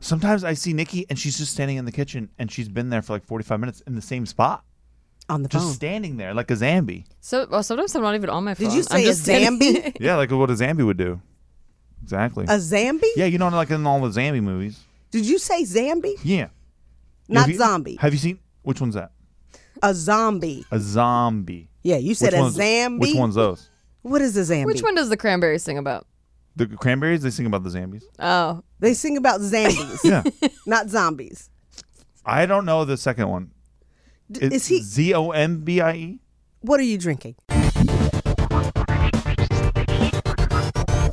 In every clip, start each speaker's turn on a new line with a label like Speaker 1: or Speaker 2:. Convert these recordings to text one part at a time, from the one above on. Speaker 1: Sometimes I see Nikki and she's just standing in the kitchen and she's been there for like 45 minutes in the same spot,
Speaker 2: on the
Speaker 1: just
Speaker 2: phone.
Speaker 1: standing there like a Zambi.
Speaker 3: So well, sometimes I'm not even on my phone.
Speaker 2: Did you
Speaker 3: I'm
Speaker 2: say a
Speaker 3: just standing-
Speaker 2: Zambi?
Speaker 1: Yeah, like what a Zambi would do. Exactly.
Speaker 2: a Zambi?
Speaker 1: yeah, you know, like in all the Zambi movies.
Speaker 2: Did you say Zambi?
Speaker 1: Yeah.
Speaker 2: Not
Speaker 1: Have you-
Speaker 2: zombie.
Speaker 1: Have you seen which one's that?
Speaker 2: A zombie.
Speaker 1: A zombie.
Speaker 2: Yeah, you said
Speaker 1: which
Speaker 2: a
Speaker 1: one's,
Speaker 2: Zambi.
Speaker 1: Which one's those?
Speaker 2: What is a Zambi?
Speaker 3: Which one does the Cranberries sing about?
Speaker 1: The cranberries. They sing about the Zambies.
Speaker 3: Oh,
Speaker 2: They sing about Zambis,
Speaker 1: Yeah.
Speaker 2: not zombies.
Speaker 1: I don't know the second one.
Speaker 2: D-
Speaker 1: It's
Speaker 2: is he?
Speaker 1: Z O M B I E?
Speaker 2: What are you drinking?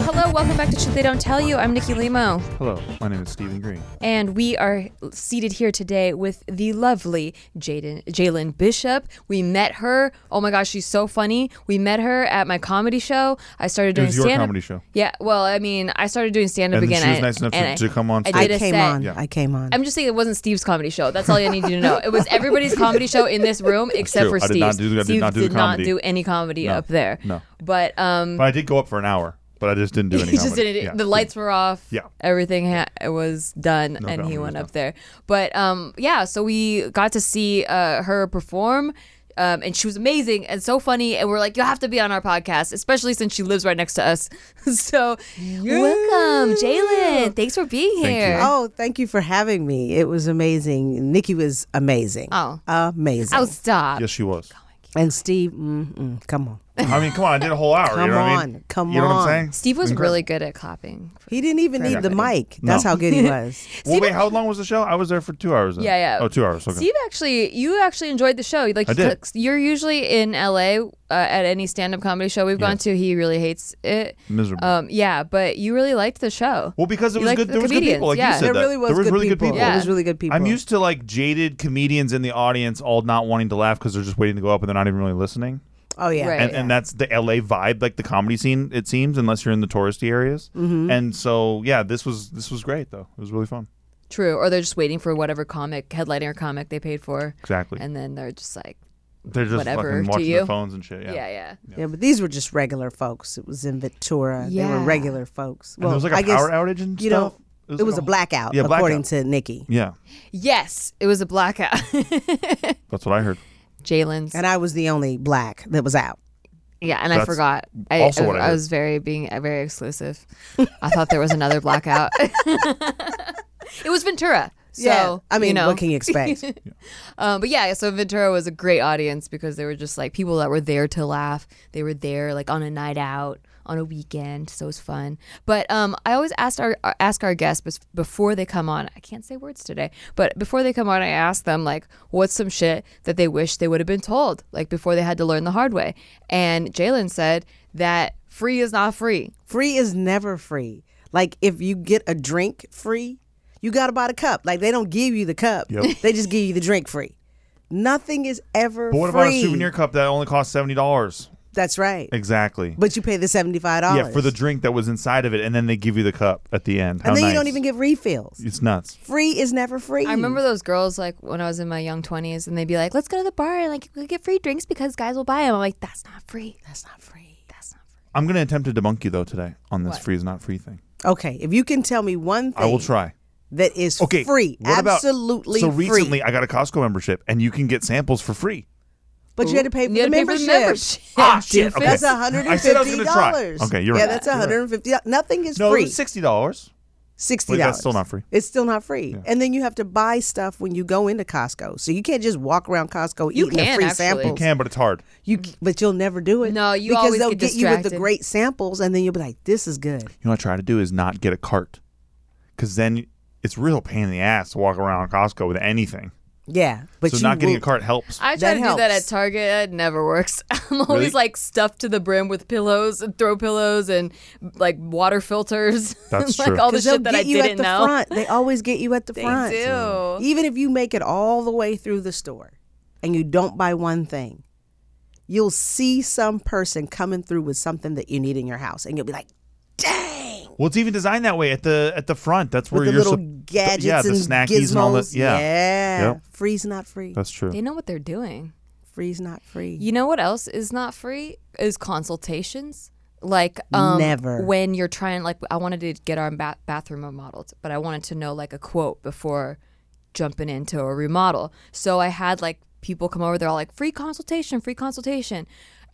Speaker 3: hello, welcome back to Shit They Don't Tell You. I'm Nikki Limo,
Speaker 1: Hello, my name is Stephen Green.
Speaker 3: and we are seated here today with the lovely Jaden Jalen Bishop. We met her. Oh my gosh, she's so funny. We met her at my comedy show. I started
Speaker 1: It
Speaker 3: doing
Speaker 1: was your
Speaker 3: stand-up.
Speaker 1: comedy show.
Speaker 3: Yeah, well, I mean, I started doing stand up
Speaker 1: And then
Speaker 3: again.
Speaker 1: she was
Speaker 3: I-
Speaker 1: nice enough
Speaker 3: and
Speaker 1: to-
Speaker 3: I-
Speaker 1: to come on
Speaker 3: I
Speaker 1: stage.
Speaker 3: did a
Speaker 2: came
Speaker 3: set.
Speaker 2: on.
Speaker 1: Yeah.
Speaker 2: I came on.
Speaker 3: I'm just saying it wasn't Steve's comedy show. That's all I need you to know. It was everybody's comedy show in this room except
Speaker 1: true.
Speaker 3: for
Speaker 1: I did not
Speaker 3: Steve's.
Speaker 1: do- I did
Speaker 3: Steve
Speaker 1: not do the
Speaker 3: did not
Speaker 1: comedy.
Speaker 3: do any comedy
Speaker 1: No.
Speaker 3: up there.
Speaker 1: No.
Speaker 3: But um,
Speaker 1: But I did go up for an hour, but I just didn't do any
Speaker 3: he just
Speaker 1: comedy.
Speaker 3: didn't.
Speaker 1: Yeah.
Speaker 3: The lights were off.
Speaker 1: Yeah.
Speaker 3: Everything ha- was done, and
Speaker 1: comedy
Speaker 3: he
Speaker 1: was
Speaker 3: went
Speaker 1: done.
Speaker 3: up there. But um, yeah, so we got to see uh, her perform. Um, and she was amazing and so funny, and we're like, you have to be on our podcast, especially since she lives right next to us. so, welcome, Jalen. Thanks for being
Speaker 1: Thank you.
Speaker 3: here.
Speaker 2: Oh, thank you for having me. It was amazing. Nikki was amazing.
Speaker 3: Oh.
Speaker 2: amazing.
Speaker 3: Oh, stop.
Speaker 1: Yes, she was.
Speaker 2: and Steve, mm-mm, come on.
Speaker 1: I mean, come on, I did a whole hour.
Speaker 2: Come
Speaker 1: you know what I
Speaker 2: on,
Speaker 1: mean?
Speaker 2: come
Speaker 1: you know what
Speaker 2: on.
Speaker 1: I'm saying?
Speaker 3: Steve was
Speaker 1: Incredible.
Speaker 3: really good at clapping.
Speaker 1: Uh,
Speaker 2: He didn't even need the mic. That's
Speaker 1: No.
Speaker 2: how good he was.
Speaker 1: Well, wait, how long was the show? I was there for two hours. Then.
Speaker 3: Yeah, yeah.
Speaker 1: Oh, two hours. Okay.
Speaker 3: Steve actually, you actually enjoyed the show. Like
Speaker 1: I did.
Speaker 3: you're usually in LA uh, at any stand-up comedy show we've gone to. He really hates it.
Speaker 1: Miserable.
Speaker 3: Um, yeah, but you really liked the show.
Speaker 1: well, because it
Speaker 3: you
Speaker 1: was
Speaker 3: liked
Speaker 1: good.
Speaker 3: the
Speaker 1: There was good
Speaker 3: comedians,
Speaker 1: people. Like
Speaker 3: yeah.
Speaker 1: you said,
Speaker 2: There
Speaker 1: that.
Speaker 2: really was
Speaker 1: there was
Speaker 2: good
Speaker 1: really
Speaker 2: people.
Speaker 1: good people.
Speaker 3: Yeah.
Speaker 2: It was really good people.
Speaker 1: I'm used to like jaded comedians in the audience, all not wanting to laugh because they're just waiting to go up and they're not even really listening.
Speaker 2: Oh yeah.
Speaker 3: Right.
Speaker 1: and, and that's the LA vibe, like the comedy scene. It seems, unless you're in the touristy areas.
Speaker 2: Mm-hmm.
Speaker 1: And so, yeah, this was this was great though. It was really fun.
Speaker 3: True, or they're just waiting for whatever comic headlining or comic they paid for,
Speaker 1: Exactly.
Speaker 3: and then they're just like,
Speaker 1: They're just
Speaker 3: whatever
Speaker 1: fucking
Speaker 3: to
Speaker 1: watching
Speaker 3: you.
Speaker 1: their phones and shit. Yeah.
Speaker 3: yeah, yeah.
Speaker 2: Yeah, but these were just regular folks. It was in Ventura. They
Speaker 3: Yeah.
Speaker 2: were regular folks.
Speaker 1: And
Speaker 2: Well,
Speaker 1: there was like a
Speaker 2: I guess,
Speaker 1: power outage and
Speaker 2: you know,
Speaker 1: stuff.
Speaker 2: it was,
Speaker 1: like
Speaker 2: a blackout,
Speaker 1: Yeah,
Speaker 2: according
Speaker 1: blackout.
Speaker 2: to Nikki.
Speaker 1: Yeah,
Speaker 3: Yes, it was a blackout.
Speaker 1: that's what I heard.
Speaker 3: Jalen's.
Speaker 2: And I was the only black that was out.
Speaker 3: Yeah, and I
Speaker 1: That's
Speaker 3: forgot. I,
Speaker 1: also
Speaker 3: I,
Speaker 1: what I heard.
Speaker 3: was very being uh, very exclusive. I thought there was another blackout. it was Ventura. So,
Speaker 2: yeah. I mean,
Speaker 3: you know.
Speaker 2: what can you expect?
Speaker 3: Um, but yeah, so Ventura was a great audience because they were just like people that were there to laugh. They were there like on a night out, on a weekend, so it was fun. But um, I always asked our ask our guests bes- before they come on. I can't say words today, but before they come on, I ask them like, what's some shit that they wish they would have been told, like before they had to learn the hard way. And Jalen said that free is not free.
Speaker 2: free is never free. Like if you get a drink free, you got to buy the cup. Like they don't give you the cup.
Speaker 1: Yep.
Speaker 2: They just give you the drink free. Nothing is ever
Speaker 1: But what
Speaker 2: free.
Speaker 1: about a souvenir cup that only cost seventy dollars?
Speaker 2: That's right.
Speaker 1: Exactly.
Speaker 2: But you pay the $75.
Speaker 1: yeah, for the drink that was inside of it, and then they give you the cup at the end. How
Speaker 2: And then you
Speaker 1: nice.
Speaker 2: don't even get refills.
Speaker 1: It's nuts.
Speaker 2: Free is never free.
Speaker 3: I remember those girls like when I was in my young twenties, and they'd be like, "Let's go to the bar and like we'll get free drinks because guys will buy them." I'm like, "That's not free.
Speaker 2: that's not free.
Speaker 3: That's not free."
Speaker 1: I'm gonna attempt to debunk you though today on this free is not free thing.
Speaker 2: Okay, if you can tell me one thing
Speaker 1: I will try.
Speaker 2: that is
Speaker 1: Okay,
Speaker 2: free,
Speaker 1: what about-
Speaker 2: absolutely
Speaker 1: So
Speaker 2: free.
Speaker 1: recently, I got a Costco membership, and you can get samples for free.
Speaker 2: but you had to pay for,
Speaker 3: You
Speaker 2: the,
Speaker 3: had to pay for
Speaker 2: membership.
Speaker 3: the membership.
Speaker 1: Ah, shit, okay.
Speaker 2: That's
Speaker 1: I
Speaker 2: hundred and
Speaker 1: said I was gonna
Speaker 2: fifty
Speaker 1: try.
Speaker 2: dollars.
Speaker 1: Okay, you're
Speaker 2: yeah,
Speaker 1: right.
Speaker 2: that's
Speaker 1: You're right.
Speaker 2: hundred and fifty. Nothing is
Speaker 1: No, it
Speaker 2: free.
Speaker 1: was sixty dollars.
Speaker 2: Sixty
Speaker 1: Wait,
Speaker 2: dollars.
Speaker 1: that's still not free.
Speaker 2: It's still not free. And then you have to buy stuff when you go into Costco. So you can't just walk around Costco
Speaker 3: You
Speaker 2: eating
Speaker 3: can,
Speaker 2: the free
Speaker 3: actually.
Speaker 2: samples.
Speaker 1: You can, but it's hard.
Speaker 2: You c- but you'll never do it.
Speaker 3: No, you
Speaker 2: because
Speaker 3: always
Speaker 2: they'll
Speaker 3: get
Speaker 2: you with the
Speaker 3: distracted.
Speaker 2: great samples, and then you'll be like, "This is good."
Speaker 1: You know what I try to do is not get a cart, because then it's real pain in the ass to walk around Costco with anything.
Speaker 2: Yeah, but
Speaker 1: so
Speaker 2: you
Speaker 1: not getting
Speaker 2: will-
Speaker 1: a cart helps.
Speaker 3: I
Speaker 2: That
Speaker 3: try to do that at
Speaker 2: helps.
Speaker 3: Target. It never works. I'm always
Speaker 1: Really?
Speaker 3: like stuffed to the brim with pillows and throw pillows and like water filters.
Speaker 1: That's
Speaker 3: like
Speaker 1: true.
Speaker 3: all the
Speaker 2: 'Cause they'll
Speaker 3: shit that
Speaker 2: get
Speaker 3: I
Speaker 2: you
Speaker 3: didn't
Speaker 2: at the
Speaker 3: know.
Speaker 2: front. They always get you at the
Speaker 3: They
Speaker 2: front.
Speaker 3: do.
Speaker 2: Even if you make it all the way through the store and you don't buy one thing, you'll see some person coming through with something that you need in your house, and you'll be like, "Dang!"
Speaker 1: Well, it's even designed that way at the at the front. That's where
Speaker 2: With the
Speaker 1: you're
Speaker 2: little
Speaker 1: sup-
Speaker 2: gadgets
Speaker 1: yeah, the
Speaker 2: and
Speaker 1: snackies
Speaker 2: gizmos.
Speaker 1: and all that. Yeah,
Speaker 2: yeah.
Speaker 1: Yep.
Speaker 2: Free's not free.
Speaker 1: that's true.
Speaker 3: They know what they're doing.
Speaker 2: Free's not free.
Speaker 3: You know what else is not free? Is consultations. like um,
Speaker 2: Never.
Speaker 3: when you're trying like i wanted to get our ba- bathroom remodeled but i wanted to know like a quote before jumping into a remodel so i had like people come over they're all like free consultation free consultation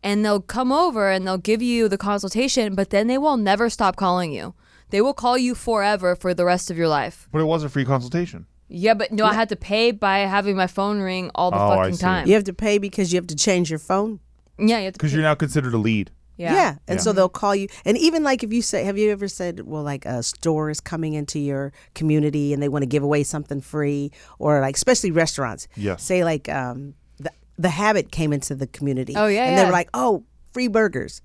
Speaker 3: and they'll come over and they'll give you the consultation but then they will never stop calling you they will call you forever for the rest of your life
Speaker 1: But it was a free consultation.
Speaker 3: yeah but no i had to pay by having my phone ring all the
Speaker 1: Oh, I
Speaker 3: fucking
Speaker 1: see.
Speaker 3: time
Speaker 2: You have to pay because you have to change your phone.
Speaker 3: yeah you have to
Speaker 1: Because you're now considered a lead.
Speaker 2: Yeah. And so they'll call you. And even like if you say, have you ever said, well, like a store is coming into your community and they want to give away something free or like, especially restaurants.
Speaker 1: Yes.
Speaker 2: Say like um, the, the Habit came into the community.
Speaker 3: Oh, yeah,
Speaker 2: And they
Speaker 3: yeah.
Speaker 2: were like, oh, free burgers.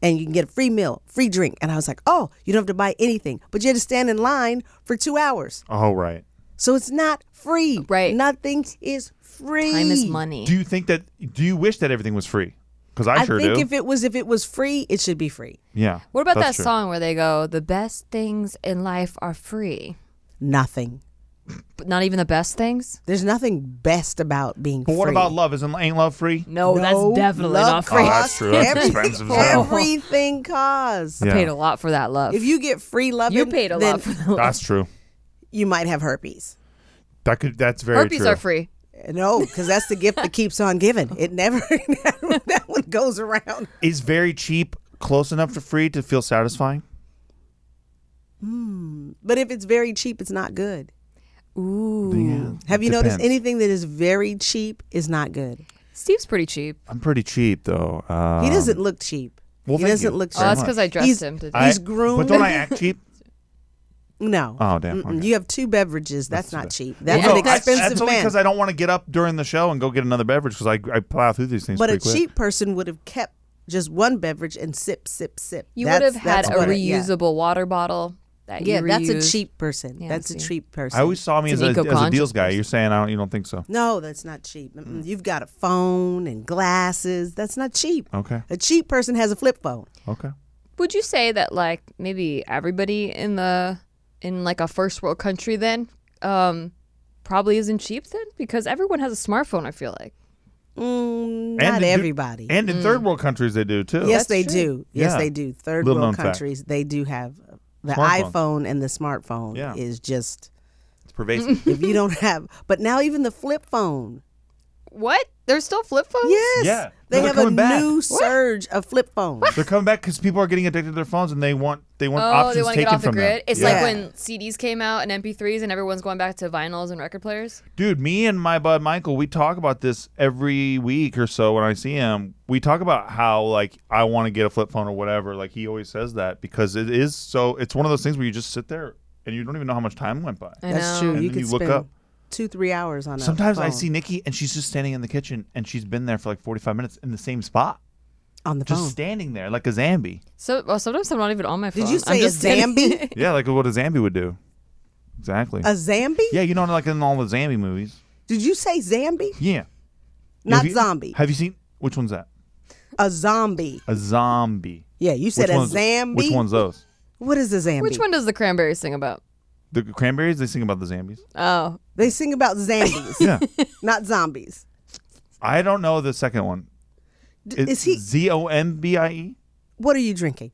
Speaker 2: And you can get a free meal, free drink. And I was like, oh, you don't have to buy anything. But you had to stand in line for two hours.
Speaker 1: Oh, right.
Speaker 2: So it's not free.
Speaker 3: Right.
Speaker 2: Nothing is free.
Speaker 3: time is money
Speaker 1: Do you think that? Do you wish that everything was free? Because I,
Speaker 2: I
Speaker 1: sure
Speaker 2: think
Speaker 1: do.
Speaker 2: if it was if it was free, it should be free.
Speaker 1: yeah.
Speaker 3: What about that
Speaker 1: that's true.
Speaker 3: song where they go, "The best things in life are free,
Speaker 2: Nothing.
Speaker 3: but not even the best things"?
Speaker 2: There's nothing best about being
Speaker 1: But what
Speaker 2: free.
Speaker 1: about love? Isn't ain't love free?
Speaker 3: No,
Speaker 2: No,
Speaker 3: Oh, that's definitely
Speaker 2: love
Speaker 3: not free.
Speaker 1: Oh,
Speaker 3: I
Speaker 1: that's
Speaker 2: costs
Speaker 1: true. That's
Speaker 2: every-
Speaker 1: expensive as hell.
Speaker 2: Everything costs.
Speaker 1: Yeah.
Speaker 3: paid a lot for that love.
Speaker 2: If you get free loving,
Speaker 3: you paid a
Speaker 2: then
Speaker 3: lot for that love.
Speaker 1: That's true.
Speaker 2: you might have herpes.
Speaker 1: That could. That's very
Speaker 3: Herpes
Speaker 1: true.
Speaker 3: are free.
Speaker 2: No, because that's the gift that keeps on giving. It never that one goes around.
Speaker 1: Is very cheap close enough to free to feel satisfying?
Speaker 2: But if it's very cheap, it's not good.
Speaker 3: Ooh,
Speaker 2: Have you noticed
Speaker 1: Depends.
Speaker 2: anything that is very cheap is not good?
Speaker 3: Steve's pretty cheap.
Speaker 1: I'm pretty cheap though. Um,
Speaker 2: He doesn't look cheap.
Speaker 1: well,
Speaker 2: he
Speaker 1: thank
Speaker 2: doesn't
Speaker 1: you
Speaker 2: look
Speaker 1: very
Speaker 2: cheap.
Speaker 3: Oh, that's because I dressed
Speaker 2: He's-
Speaker 3: him. To
Speaker 1: I-
Speaker 2: he's groomed.
Speaker 1: But don't I act cheap?
Speaker 2: no.
Speaker 1: Oh, damn,
Speaker 2: Mm-mm.
Speaker 1: okay.
Speaker 2: You have two beverages. That's, not cheap. That's
Speaker 3: No,
Speaker 2: an
Speaker 1: I-
Speaker 2: expensive
Speaker 1: that's only
Speaker 2: man.
Speaker 1: because I don't want to get up during the show and go get another beverage because I, I plow through these things.
Speaker 2: But a
Speaker 1: pretty quick.
Speaker 2: cheap person would have kept just one beverage and sip, sip, sip.
Speaker 3: you would
Speaker 2: That's-
Speaker 3: have had
Speaker 2: that's
Speaker 3: a
Speaker 2: what it- yeah.
Speaker 3: reusable water bottle that
Speaker 2: Yeah,
Speaker 3: you
Speaker 2: that's a
Speaker 3: reused.
Speaker 2: cheap person.
Speaker 3: Yeah,
Speaker 2: that's a
Speaker 3: see.
Speaker 2: cheap person.
Speaker 1: I always saw me as
Speaker 3: It's an
Speaker 1: a, as a
Speaker 3: eco-conscious
Speaker 1: deals guy. You're saying I don't. You don't think so?
Speaker 2: no, that's not cheap.
Speaker 1: Mm.
Speaker 2: Mm-mm. You've got a phone and glasses. That's not cheap.
Speaker 1: Okay.
Speaker 2: A cheap person has a flip phone.
Speaker 1: Okay.
Speaker 3: Would you say that like maybe everybody in the in like a first world country then um probably isn't cheap then because everyone has a smartphone? I feel like.
Speaker 2: Mm,
Speaker 1: And
Speaker 2: not
Speaker 1: in-
Speaker 2: everybody.
Speaker 1: And in third world countries, they do too.
Speaker 2: yes, they
Speaker 3: true.
Speaker 2: do. Yes,
Speaker 1: Yeah.
Speaker 2: they do. Third
Speaker 1: Little known
Speaker 2: world
Speaker 1: fact.
Speaker 2: countries, they do have the
Speaker 1: Smartphones.
Speaker 2: iPhone and the smartphone
Speaker 1: Yeah.
Speaker 2: is just
Speaker 1: It's pervasive.
Speaker 2: if you don't have. But now even the flip phone.
Speaker 3: What? There's still flip phones?
Speaker 2: Yes.
Speaker 1: Yeah.
Speaker 2: They
Speaker 1: They're
Speaker 2: have a
Speaker 1: coming back.
Speaker 2: new surge of flip phones.
Speaker 1: They're coming back because people are getting addicted to their phones and they want they want
Speaker 3: Oh,
Speaker 1: options
Speaker 3: they want to
Speaker 1: taken
Speaker 3: get off the
Speaker 1: from them.
Speaker 3: grid. It's
Speaker 1: Yeah.
Speaker 3: like when CDs came out and MP3s, and everyone's going back to vinyls and record players.
Speaker 1: Dude, me and my bud Michael, we talk about this every week or so when I see him. We talk about how like I want to get a flip phone or whatever. Like he always says that because it is so. It's one of those things where you just sit there and you don't even know how much time went by.
Speaker 3: I
Speaker 2: That's
Speaker 3: know.
Speaker 2: true.
Speaker 1: And
Speaker 2: you
Speaker 1: then
Speaker 2: could
Speaker 1: you look
Speaker 2: spend
Speaker 1: up.
Speaker 2: two, three hours on. A
Speaker 1: Sometimes I
Speaker 2: phone.
Speaker 1: see Nikki and she's just standing in the kitchen and she's been there for like 45 minutes in the same spot,
Speaker 2: on the
Speaker 1: just
Speaker 2: phone.
Speaker 1: standing there like a Zambi.
Speaker 3: So well, sometimes I'm not even on my phone.
Speaker 2: Did you
Speaker 3: I'm
Speaker 2: say a
Speaker 3: standing-
Speaker 2: Zambi?
Speaker 1: Yeah, like what a Zambi would do. Exactly.
Speaker 2: a Zambi?
Speaker 1: yeah, you know, like in all the Zambi movies.
Speaker 2: Did you say Zambi?
Speaker 1: Yeah.
Speaker 2: Not
Speaker 1: Have you-
Speaker 2: zombie.
Speaker 1: Have you seen which one's that?
Speaker 2: A zombie.
Speaker 1: A zombie.
Speaker 2: Yeah, you said
Speaker 1: which
Speaker 2: a
Speaker 1: one's-
Speaker 2: Zambi.
Speaker 1: Which one's those?
Speaker 2: What is a Zambi?
Speaker 3: Which one does the Cranberries sing about?
Speaker 1: The cranberries. They sing about the Zambies.
Speaker 3: Oh,
Speaker 2: They sing about Zambis,
Speaker 1: Yeah.
Speaker 2: not zombies.
Speaker 1: I don't know the second one.
Speaker 2: D-
Speaker 1: It-
Speaker 2: is he?
Speaker 1: Z O M B I E?
Speaker 2: What are you drinking?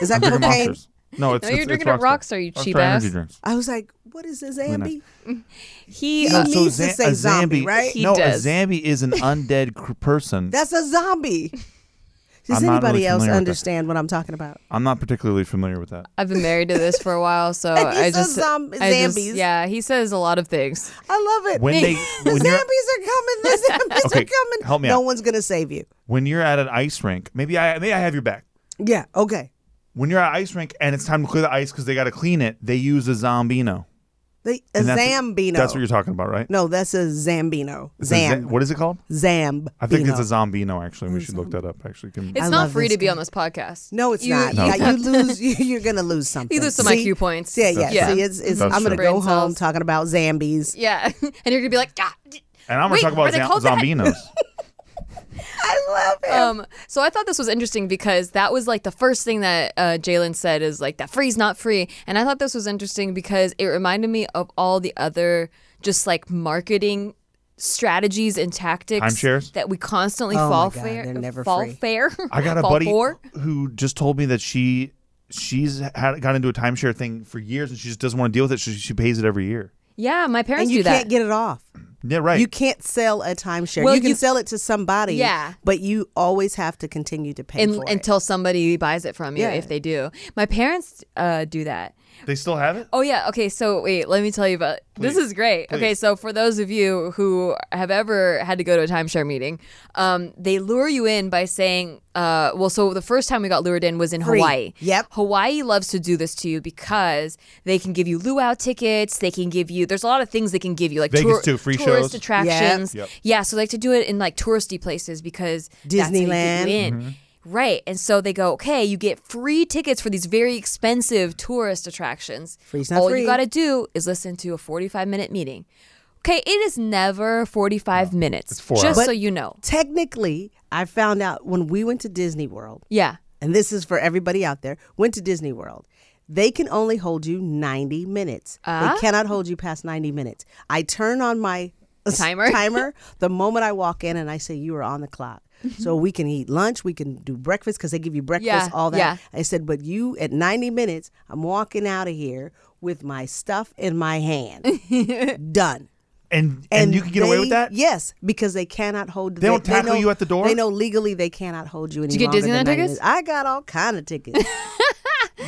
Speaker 2: Is that
Speaker 1: Drinking
Speaker 2: cocaine?
Speaker 1: monsters. No, it's it's,
Speaker 3: No, you're
Speaker 1: it's
Speaker 3: drinking a Rockstar, you cheap ass.
Speaker 1: energy drinks.
Speaker 2: I was like, what is a Zambi?
Speaker 3: he.
Speaker 2: No.
Speaker 3: uh,
Speaker 2: needs to say
Speaker 1: a
Speaker 2: zombie,
Speaker 1: Zambi-
Speaker 2: right?
Speaker 3: He
Speaker 1: no,
Speaker 3: does.
Speaker 1: a Zambi is an undead cr- person.
Speaker 2: That's a zombie. Does
Speaker 1: I'm not
Speaker 2: anybody
Speaker 1: really familiar
Speaker 2: else
Speaker 1: with that.
Speaker 2: understand what I'm talking about?
Speaker 1: I'm not particularly familiar with that.
Speaker 3: I've been married to this for a while, so
Speaker 2: And he
Speaker 3: I
Speaker 2: says
Speaker 3: just.
Speaker 2: zom-
Speaker 3: I just-
Speaker 2: Zambies.
Speaker 3: yeah, he says a lot of things.
Speaker 2: I love it.
Speaker 1: When they
Speaker 2: the
Speaker 1: when
Speaker 2: zombies
Speaker 1: you're,
Speaker 2: are coming. The zombies
Speaker 1: Okay,
Speaker 2: are coming.
Speaker 1: help me
Speaker 2: no
Speaker 1: out.
Speaker 2: one's gonna save you.
Speaker 1: when you're at an ice rink, maybe I maybe I have your back.
Speaker 2: Yeah. Okay.
Speaker 1: When you're at an ice rink and it's time to clear the ice because they got to clean it, they use a zombino.
Speaker 2: They, a
Speaker 1: And that's-
Speaker 2: Zambino.
Speaker 1: That's what you're talking about, right?
Speaker 2: No, that's a Zambino.
Speaker 1: It's a za-
Speaker 2: Zamb.
Speaker 1: what is it called?
Speaker 2: Zamb.
Speaker 1: I think it's a zombino. Actually, we should look that up. Actually, can,
Speaker 3: It's
Speaker 2: I
Speaker 3: not
Speaker 2: love
Speaker 3: free
Speaker 2: this
Speaker 3: to be
Speaker 2: guy.
Speaker 3: on this podcast.
Speaker 2: No, it's
Speaker 3: You-
Speaker 2: not.
Speaker 3: you-
Speaker 2: Yeah, you lose. You, you're gonna lose something.
Speaker 3: lose some
Speaker 2: See?
Speaker 3: IQ points.
Speaker 2: Yeah, yeah.
Speaker 3: That's
Speaker 2: See,
Speaker 3: true.
Speaker 2: it's, it's,
Speaker 1: That's
Speaker 2: I'm gonna
Speaker 3: true.
Speaker 2: go
Speaker 3: Brain
Speaker 2: home
Speaker 3: cells.
Speaker 2: talking about Zambies.
Speaker 3: Yeah, and you're gonna be like, "Ah, d-
Speaker 1: and I'm gonna
Speaker 3: Wait,
Speaker 1: talk
Speaker 3: are
Speaker 1: about
Speaker 3: they
Speaker 1: zam-
Speaker 3: called that?
Speaker 1: zombinos.
Speaker 2: I love it.
Speaker 3: Um, so I thought this was interesting because that was like the first thing that uh, Jalen said is like that free's not free, and I thought this was interesting because it reminded me of all the other just like marketing strategies and tactics
Speaker 1: Timeshares?
Speaker 3: that we constantly
Speaker 2: Oh my
Speaker 3: fall
Speaker 2: God,
Speaker 3: fair.
Speaker 2: they're never
Speaker 3: fall
Speaker 2: free.
Speaker 3: fair.
Speaker 1: I got a
Speaker 3: fall
Speaker 1: buddy
Speaker 3: For.
Speaker 1: who just told me that she she's had got into a timeshare thing for years and she just doesn't want to deal with it. So she pays it every year.
Speaker 3: Yeah, my parents
Speaker 2: and you
Speaker 3: do that.
Speaker 2: can't get it off.
Speaker 1: Yeah, right.
Speaker 2: You can't sell a timeshare.
Speaker 3: Well,
Speaker 2: you can
Speaker 3: you-
Speaker 2: sell it to somebody,
Speaker 3: Yeah.
Speaker 2: but you always have to continue to pay
Speaker 3: in-
Speaker 2: for it.
Speaker 3: until somebody buys it from you,
Speaker 2: Yeah.
Speaker 3: if they do. My parents uh, do that.
Speaker 1: they still have it.
Speaker 3: Oh yeah. Okay. So wait, let me tell you about this.
Speaker 1: Please.
Speaker 3: Is great. Okay.
Speaker 1: Please.
Speaker 3: So for those of you who have ever had to go to a timeshare meeting, um, they lure you in by saying, uh, "Well, so the first time we got lured in was in
Speaker 2: Free.
Speaker 3: Hawaii.
Speaker 2: Yep.
Speaker 3: Hawaii loves to do this to you because they can give you luau tickets. They can give you. There's a lot of things they can give you, like
Speaker 1: Vegas
Speaker 3: tour-
Speaker 1: too, free
Speaker 3: tourist
Speaker 1: shows.
Speaker 3: attractions.
Speaker 1: Yep. Yep.
Speaker 3: Yeah. So they like to do it in like touristy places because that's how you get
Speaker 2: Disneyland.
Speaker 3: you in. Right. And so they go, okay, you get free tickets for these very expensive tourist attractions.
Speaker 2: Free's not
Speaker 3: All
Speaker 2: free.
Speaker 3: you got to do is listen to a 45 minute meeting. Okay, it is never 45 minutes.
Speaker 1: It's four
Speaker 3: just
Speaker 1: hours.
Speaker 3: so you know.
Speaker 2: Technically, I found out when we went to Disney World,
Speaker 3: Yeah.
Speaker 2: and this is for everybody out there, went to Disney World. They can only hold you 90 minutes.
Speaker 3: Uh-huh.
Speaker 2: They cannot hold you past 90 minutes. I turn on my
Speaker 3: Timer?
Speaker 2: timer the moment I walk in and I say, You are on the clock. so we can eat lunch, we can do breakfast because they give you breakfast,
Speaker 3: Mm-hmm. Yeah,
Speaker 2: all that.
Speaker 3: yeah.
Speaker 2: I said, But you, at 90 minutes, I'm walking out of here with my stuff in my hand. Done
Speaker 1: And and, you can get away with
Speaker 2: they-
Speaker 1: that.
Speaker 2: Yes, because they cannot hold.
Speaker 1: They don't tackle
Speaker 2: know-
Speaker 1: you at the door?
Speaker 2: They know legally they cannot hold you any
Speaker 3: you get
Speaker 2: longer than
Speaker 3: Disneyland
Speaker 2: 90
Speaker 3: tickets?
Speaker 2: minutes. I got all kind of tickets.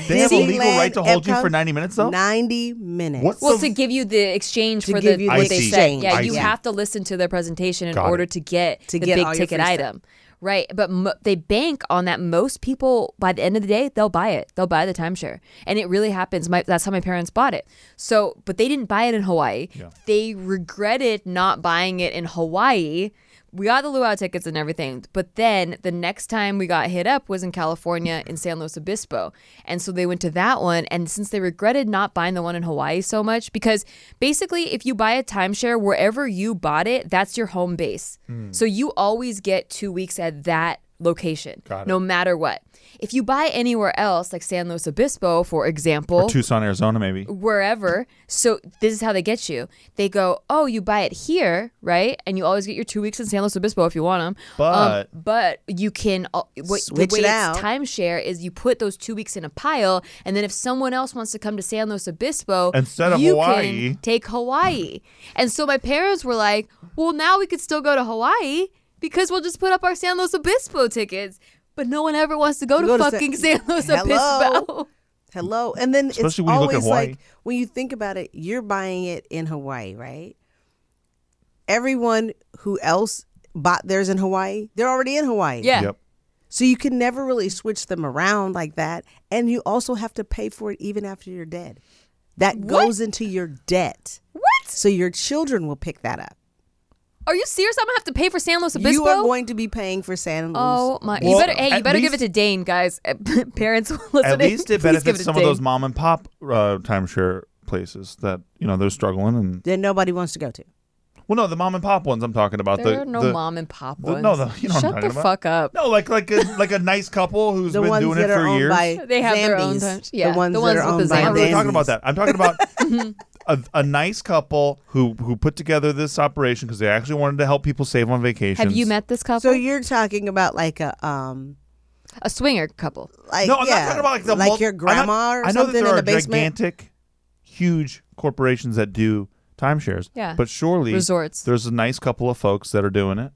Speaker 1: They have a legal
Speaker 2: Disneyland,
Speaker 1: right to hold you
Speaker 2: Epcot,
Speaker 1: for 90 minutes though.
Speaker 2: Ninety minutes.
Speaker 1: What
Speaker 3: Well,
Speaker 1: the
Speaker 3: to
Speaker 1: f-
Speaker 3: give you the exchange
Speaker 2: To
Speaker 3: for
Speaker 2: give
Speaker 3: the
Speaker 2: you
Speaker 3: what
Speaker 1: the
Speaker 3: they
Speaker 2: exchange.
Speaker 3: said. Yeah,
Speaker 1: I
Speaker 3: you
Speaker 1: see.
Speaker 3: have to listen to their presentation in
Speaker 1: Got
Speaker 3: order
Speaker 1: it.
Speaker 3: to get
Speaker 2: To
Speaker 3: the
Speaker 2: get
Speaker 3: big
Speaker 2: all your
Speaker 3: ticket
Speaker 2: free stuff.
Speaker 3: item. Right, but mo they bank on that. Most people, by the end of the day, they'll buy it. They'll buy the timeshare, and it really happens. My, that's how my parents bought it. So, but they didn't buy it in Hawaii. They regretted not buying it in Hawaii. We got the luau tickets and everything, but then the next time we got hit up was in California in San Luis Obispo, and so they went to that one. And since they regretted not buying the one in Hawaii so much, because basically, if you buy a timeshare wherever you bought it, that's your home base.
Speaker 1: Hmm.
Speaker 3: So you always get two weeks at that location,
Speaker 1: Got it.
Speaker 3: no matter what. If you buy anywhere else, like San Luis Obispo, for example,
Speaker 1: Oh. Tucson, Arizona, maybe.
Speaker 3: wherever. So this is how they get you. They go, oh, you buy it here, right? And you always get your two weeks in San Luis Obispo if you want them.
Speaker 1: But-
Speaker 3: but you can al- what,
Speaker 2: Switch
Speaker 3: the way
Speaker 2: it
Speaker 3: it's
Speaker 2: out.
Speaker 3: timeshare is you put those two weeks in a pile, and then if someone else wants to come to San Luis Obispo
Speaker 1: Instead of
Speaker 3: you
Speaker 1: Hawaii.
Speaker 3: can take Hawaii. and so my parents were like, well, now we could still go to Hawaii because we'll just put up our San Luis Obispo tickets. But no one ever wants to go to
Speaker 2: go to Sa-
Speaker 3: fucking San Luis
Speaker 2: Hello?
Speaker 3: Obispo.
Speaker 2: Hello, and then it's
Speaker 1: Especially when you look at
Speaker 2: always
Speaker 1: Hawaii.
Speaker 2: like when you think about it, you're buying it in Hawaii, right? Everyone who else bought theirs in Hawaii, they're already in Hawaii.
Speaker 3: Yeah.
Speaker 1: Yep.
Speaker 2: So you can never really switch them around like that, and you also have to pay for it even after you're dead. That goes into your debt.
Speaker 3: What?
Speaker 2: So your children will pick that up.
Speaker 3: Are you serious? I'm gonna have to pay for San Luis Obispo.
Speaker 2: You are going to be paying for San Luis.
Speaker 3: Oh my!
Speaker 1: Well,
Speaker 3: you better hey, you
Speaker 1: at
Speaker 3: better give it
Speaker 1: least-
Speaker 3: to Dane, guys. Parents listening,
Speaker 1: At least it
Speaker 3: please give
Speaker 1: benefits
Speaker 3: to
Speaker 1: some of
Speaker 3: Dane.
Speaker 1: those mom and pop uh, timeshare places that you know they're struggling and
Speaker 2: Then nobody wants to go to.
Speaker 1: well, no, the mom and pop ones I'm talking about.
Speaker 3: There
Speaker 1: the,
Speaker 3: are no
Speaker 1: the-
Speaker 3: mom and pop
Speaker 1: the-
Speaker 3: ones.
Speaker 1: no, the- you know what I'm
Speaker 3: Shut the
Speaker 1: talking about.
Speaker 3: fuck up.
Speaker 1: No, like like a, like a nice couple who's
Speaker 2: The
Speaker 1: been
Speaker 2: ones
Speaker 1: doing
Speaker 2: that
Speaker 1: it
Speaker 2: are
Speaker 1: for
Speaker 2: owned
Speaker 1: years.
Speaker 2: by
Speaker 3: They have their own
Speaker 2: Zambies.
Speaker 3: times. Yeah,
Speaker 2: the ones,
Speaker 3: the ones
Speaker 2: that are owned
Speaker 3: with the
Speaker 2: by
Speaker 1: I'm not really talking about
Speaker 2: Zambies.
Speaker 1: that. I'm talking about a, a nice couple who who put together this operation because they actually wanted to help people save on vacation.
Speaker 3: Have you met this couple?
Speaker 2: So you're talking about like a um
Speaker 3: a swinger couple.
Speaker 2: like
Speaker 1: No, I'm
Speaker 2: yeah,
Speaker 1: not talking about like the mul-
Speaker 2: your
Speaker 1: I'm not-
Speaker 2: grandma or
Speaker 1: I know that
Speaker 2: something
Speaker 1: there
Speaker 2: in
Speaker 1: are
Speaker 2: the basement.
Speaker 1: gigantic, huge corporations that do timeshares.
Speaker 3: Yeah.
Speaker 1: but surely
Speaker 3: Resorts.
Speaker 1: There's a nice couple of folks that are doing it.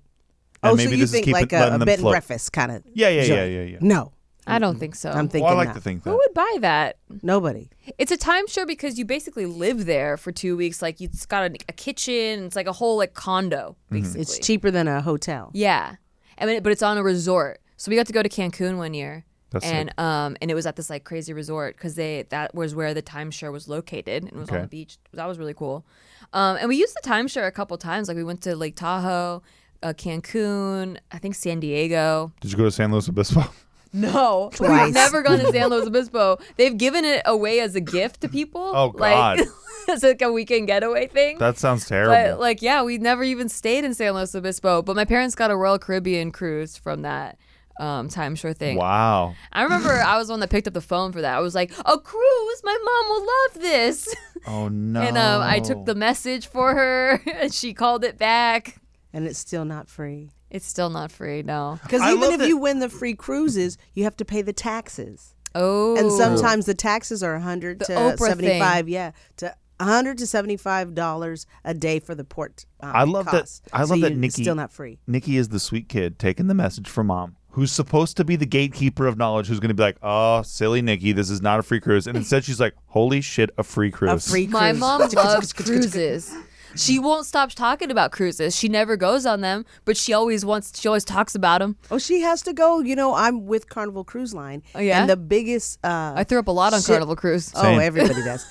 Speaker 1: And
Speaker 2: oh,
Speaker 1: maybe
Speaker 2: so you
Speaker 1: this
Speaker 2: think
Speaker 1: is keeping
Speaker 2: like a,
Speaker 1: letting
Speaker 2: a
Speaker 1: them
Speaker 2: bed and
Speaker 1: float.
Speaker 2: breakfast kind of?
Speaker 1: Yeah, yeah, yeah, yeah, yeah.
Speaker 2: No,
Speaker 3: I don't think so.
Speaker 2: Mm-hmm. I'm thinking.
Speaker 1: Well, Oh, I like
Speaker 2: not.
Speaker 1: to think that.
Speaker 3: Who would buy that?
Speaker 2: nobody.
Speaker 3: It's a timeshare because you basically live there for two weeks. Like you has got a, a kitchen. It's like a whole like condo.
Speaker 1: Mm-hmm.
Speaker 3: Basically,
Speaker 2: It's cheaper than a hotel.
Speaker 3: Yeah, I mean, but it's on a resort. So we got to go to Cancun one year,
Speaker 1: That's
Speaker 3: and um, and it was at this like crazy resort because they that was where the timeshare was located and it was
Speaker 1: Okay.
Speaker 3: on the beach. That was really cool. Um, and we used the timeshare a couple times. Like we went to Lake Tahoe, uh, Cancun, I think San Diego.
Speaker 1: Did you go to San Luis Obispo?
Speaker 3: No,
Speaker 2: Twice.
Speaker 3: we've never gone to San Luis Obispo. They've given it away as a gift to people.
Speaker 1: Oh, God.
Speaker 3: like, it's like a weekend getaway thing.
Speaker 1: that sounds
Speaker 3: But
Speaker 1: terrible.
Speaker 3: like, yeah, we never even stayed in San Luis Obispo. But my parents got a Royal Caribbean cruise from that. um, time, sure thing.
Speaker 1: Wow.
Speaker 3: I remember I was the one that picked up the phone for that. I was like, a cruise, my mom will love this.
Speaker 1: Oh no.
Speaker 3: And um, I
Speaker 1: Oh.
Speaker 3: took the message for her and she called it back.
Speaker 2: and it's still not free.
Speaker 3: It's still not free, no.
Speaker 2: Because
Speaker 1: I
Speaker 2: even
Speaker 1: love
Speaker 2: if
Speaker 1: that-
Speaker 2: you win the free cruises, you have to pay the taxes,
Speaker 3: Oh.
Speaker 2: and sometimes the taxes are hundred
Speaker 3: The
Speaker 2: to
Speaker 3: Oprah thing.
Speaker 2: seventy-five. Yeah, to hundred to seventy-five dollars a day for the port. Um,
Speaker 1: I love that-
Speaker 2: cost.
Speaker 1: I
Speaker 2: So
Speaker 1: love that
Speaker 2: you- it's
Speaker 1: Nikki-
Speaker 2: Still not free.
Speaker 1: Nikki is the sweet kid taking the message from mom, who's supposed to be the gatekeeper of knowledge, who's going to be like, "Oh, silly Nikki, this is not a free cruise," and instead she's like, "Holy shit, a free cruise!"
Speaker 2: A free
Speaker 3: My
Speaker 2: cruise.
Speaker 3: mom loves cruises. She won't stop talking about cruises. She never goes on them, but she always wants. She always talks about them.
Speaker 2: Oh, she has to go. You know, I'm with Carnival Cruise Line.
Speaker 3: Oh, yeah?
Speaker 2: And the biggest. Uh,
Speaker 3: I threw up a lot on
Speaker 2: Shit.
Speaker 3: Carnival Cruise.
Speaker 1: Same.
Speaker 2: Oh, everybody does.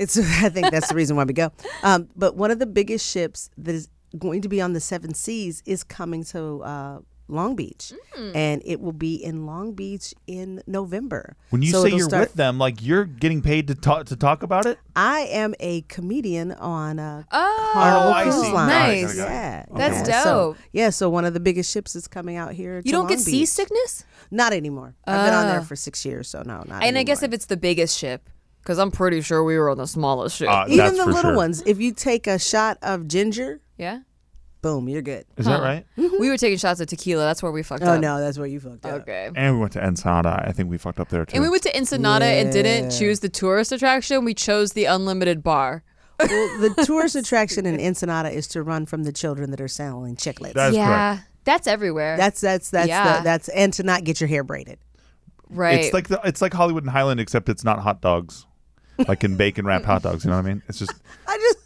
Speaker 2: it's. I think that's the reason why we go. Um, but one of the biggest ships that is going to be on the Seven Seas is coming to uh, Long Beach,
Speaker 3: Mm.
Speaker 2: and it will be in Long Beach in November.
Speaker 1: When you
Speaker 2: So
Speaker 1: say
Speaker 2: it'll
Speaker 1: you're
Speaker 2: start-
Speaker 1: with them, like you're getting paid to talk to talk about it.
Speaker 2: I am a comedian on a
Speaker 3: Oh,
Speaker 2: Carnival
Speaker 1: I
Speaker 2: Cruise
Speaker 1: see.
Speaker 2: Line.
Speaker 1: Got it, got
Speaker 3: Nice.
Speaker 1: it, got it.
Speaker 2: Yeah,
Speaker 3: That's
Speaker 2: yeah.
Speaker 3: dope.
Speaker 2: So, yeah, so one of the biggest ships is coming out here.
Speaker 3: You
Speaker 2: to
Speaker 3: don't get
Speaker 2: Long Beach.
Speaker 3: seasickness?
Speaker 2: Not anymore. I've been on there
Speaker 3: Oh.
Speaker 2: for six years, so no, not.
Speaker 3: And I guess
Speaker 2: anymore.
Speaker 3: if it's the biggest ship, because I'm pretty sure we were on the smallest ship.
Speaker 1: Uh,
Speaker 2: even
Speaker 1: That's
Speaker 2: the
Speaker 1: for
Speaker 2: little
Speaker 1: sure.
Speaker 2: ones, if you take a shot of ginger,
Speaker 3: yeah?
Speaker 2: boom, you're good.
Speaker 1: Is that right?
Speaker 3: We were taking shots of tequila. That's where we fucked
Speaker 2: Oh
Speaker 3: up.
Speaker 2: no, that's where you fucked up.
Speaker 3: Okay.
Speaker 1: And we went to Ensenada. I think we fucked up there too.
Speaker 3: And we went to Ensenada and didn't choose the tourist attraction. We chose the unlimited bar.
Speaker 2: Well, the tourist attraction in Ensenada is to run from the children that are selling chiclets.
Speaker 1: That is
Speaker 3: yeah. That's everywhere.
Speaker 2: that's that's that's
Speaker 3: Yeah.
Speaker 2: the, that's and to not get your hair braided.
Speaker 3: right.
Speaker 1: It's like the, it's like Hollywood and Highland, except it's not hot dogs, like in bacon wrapped hot dogs. You know what I mean? It's just
Speaker 2: I just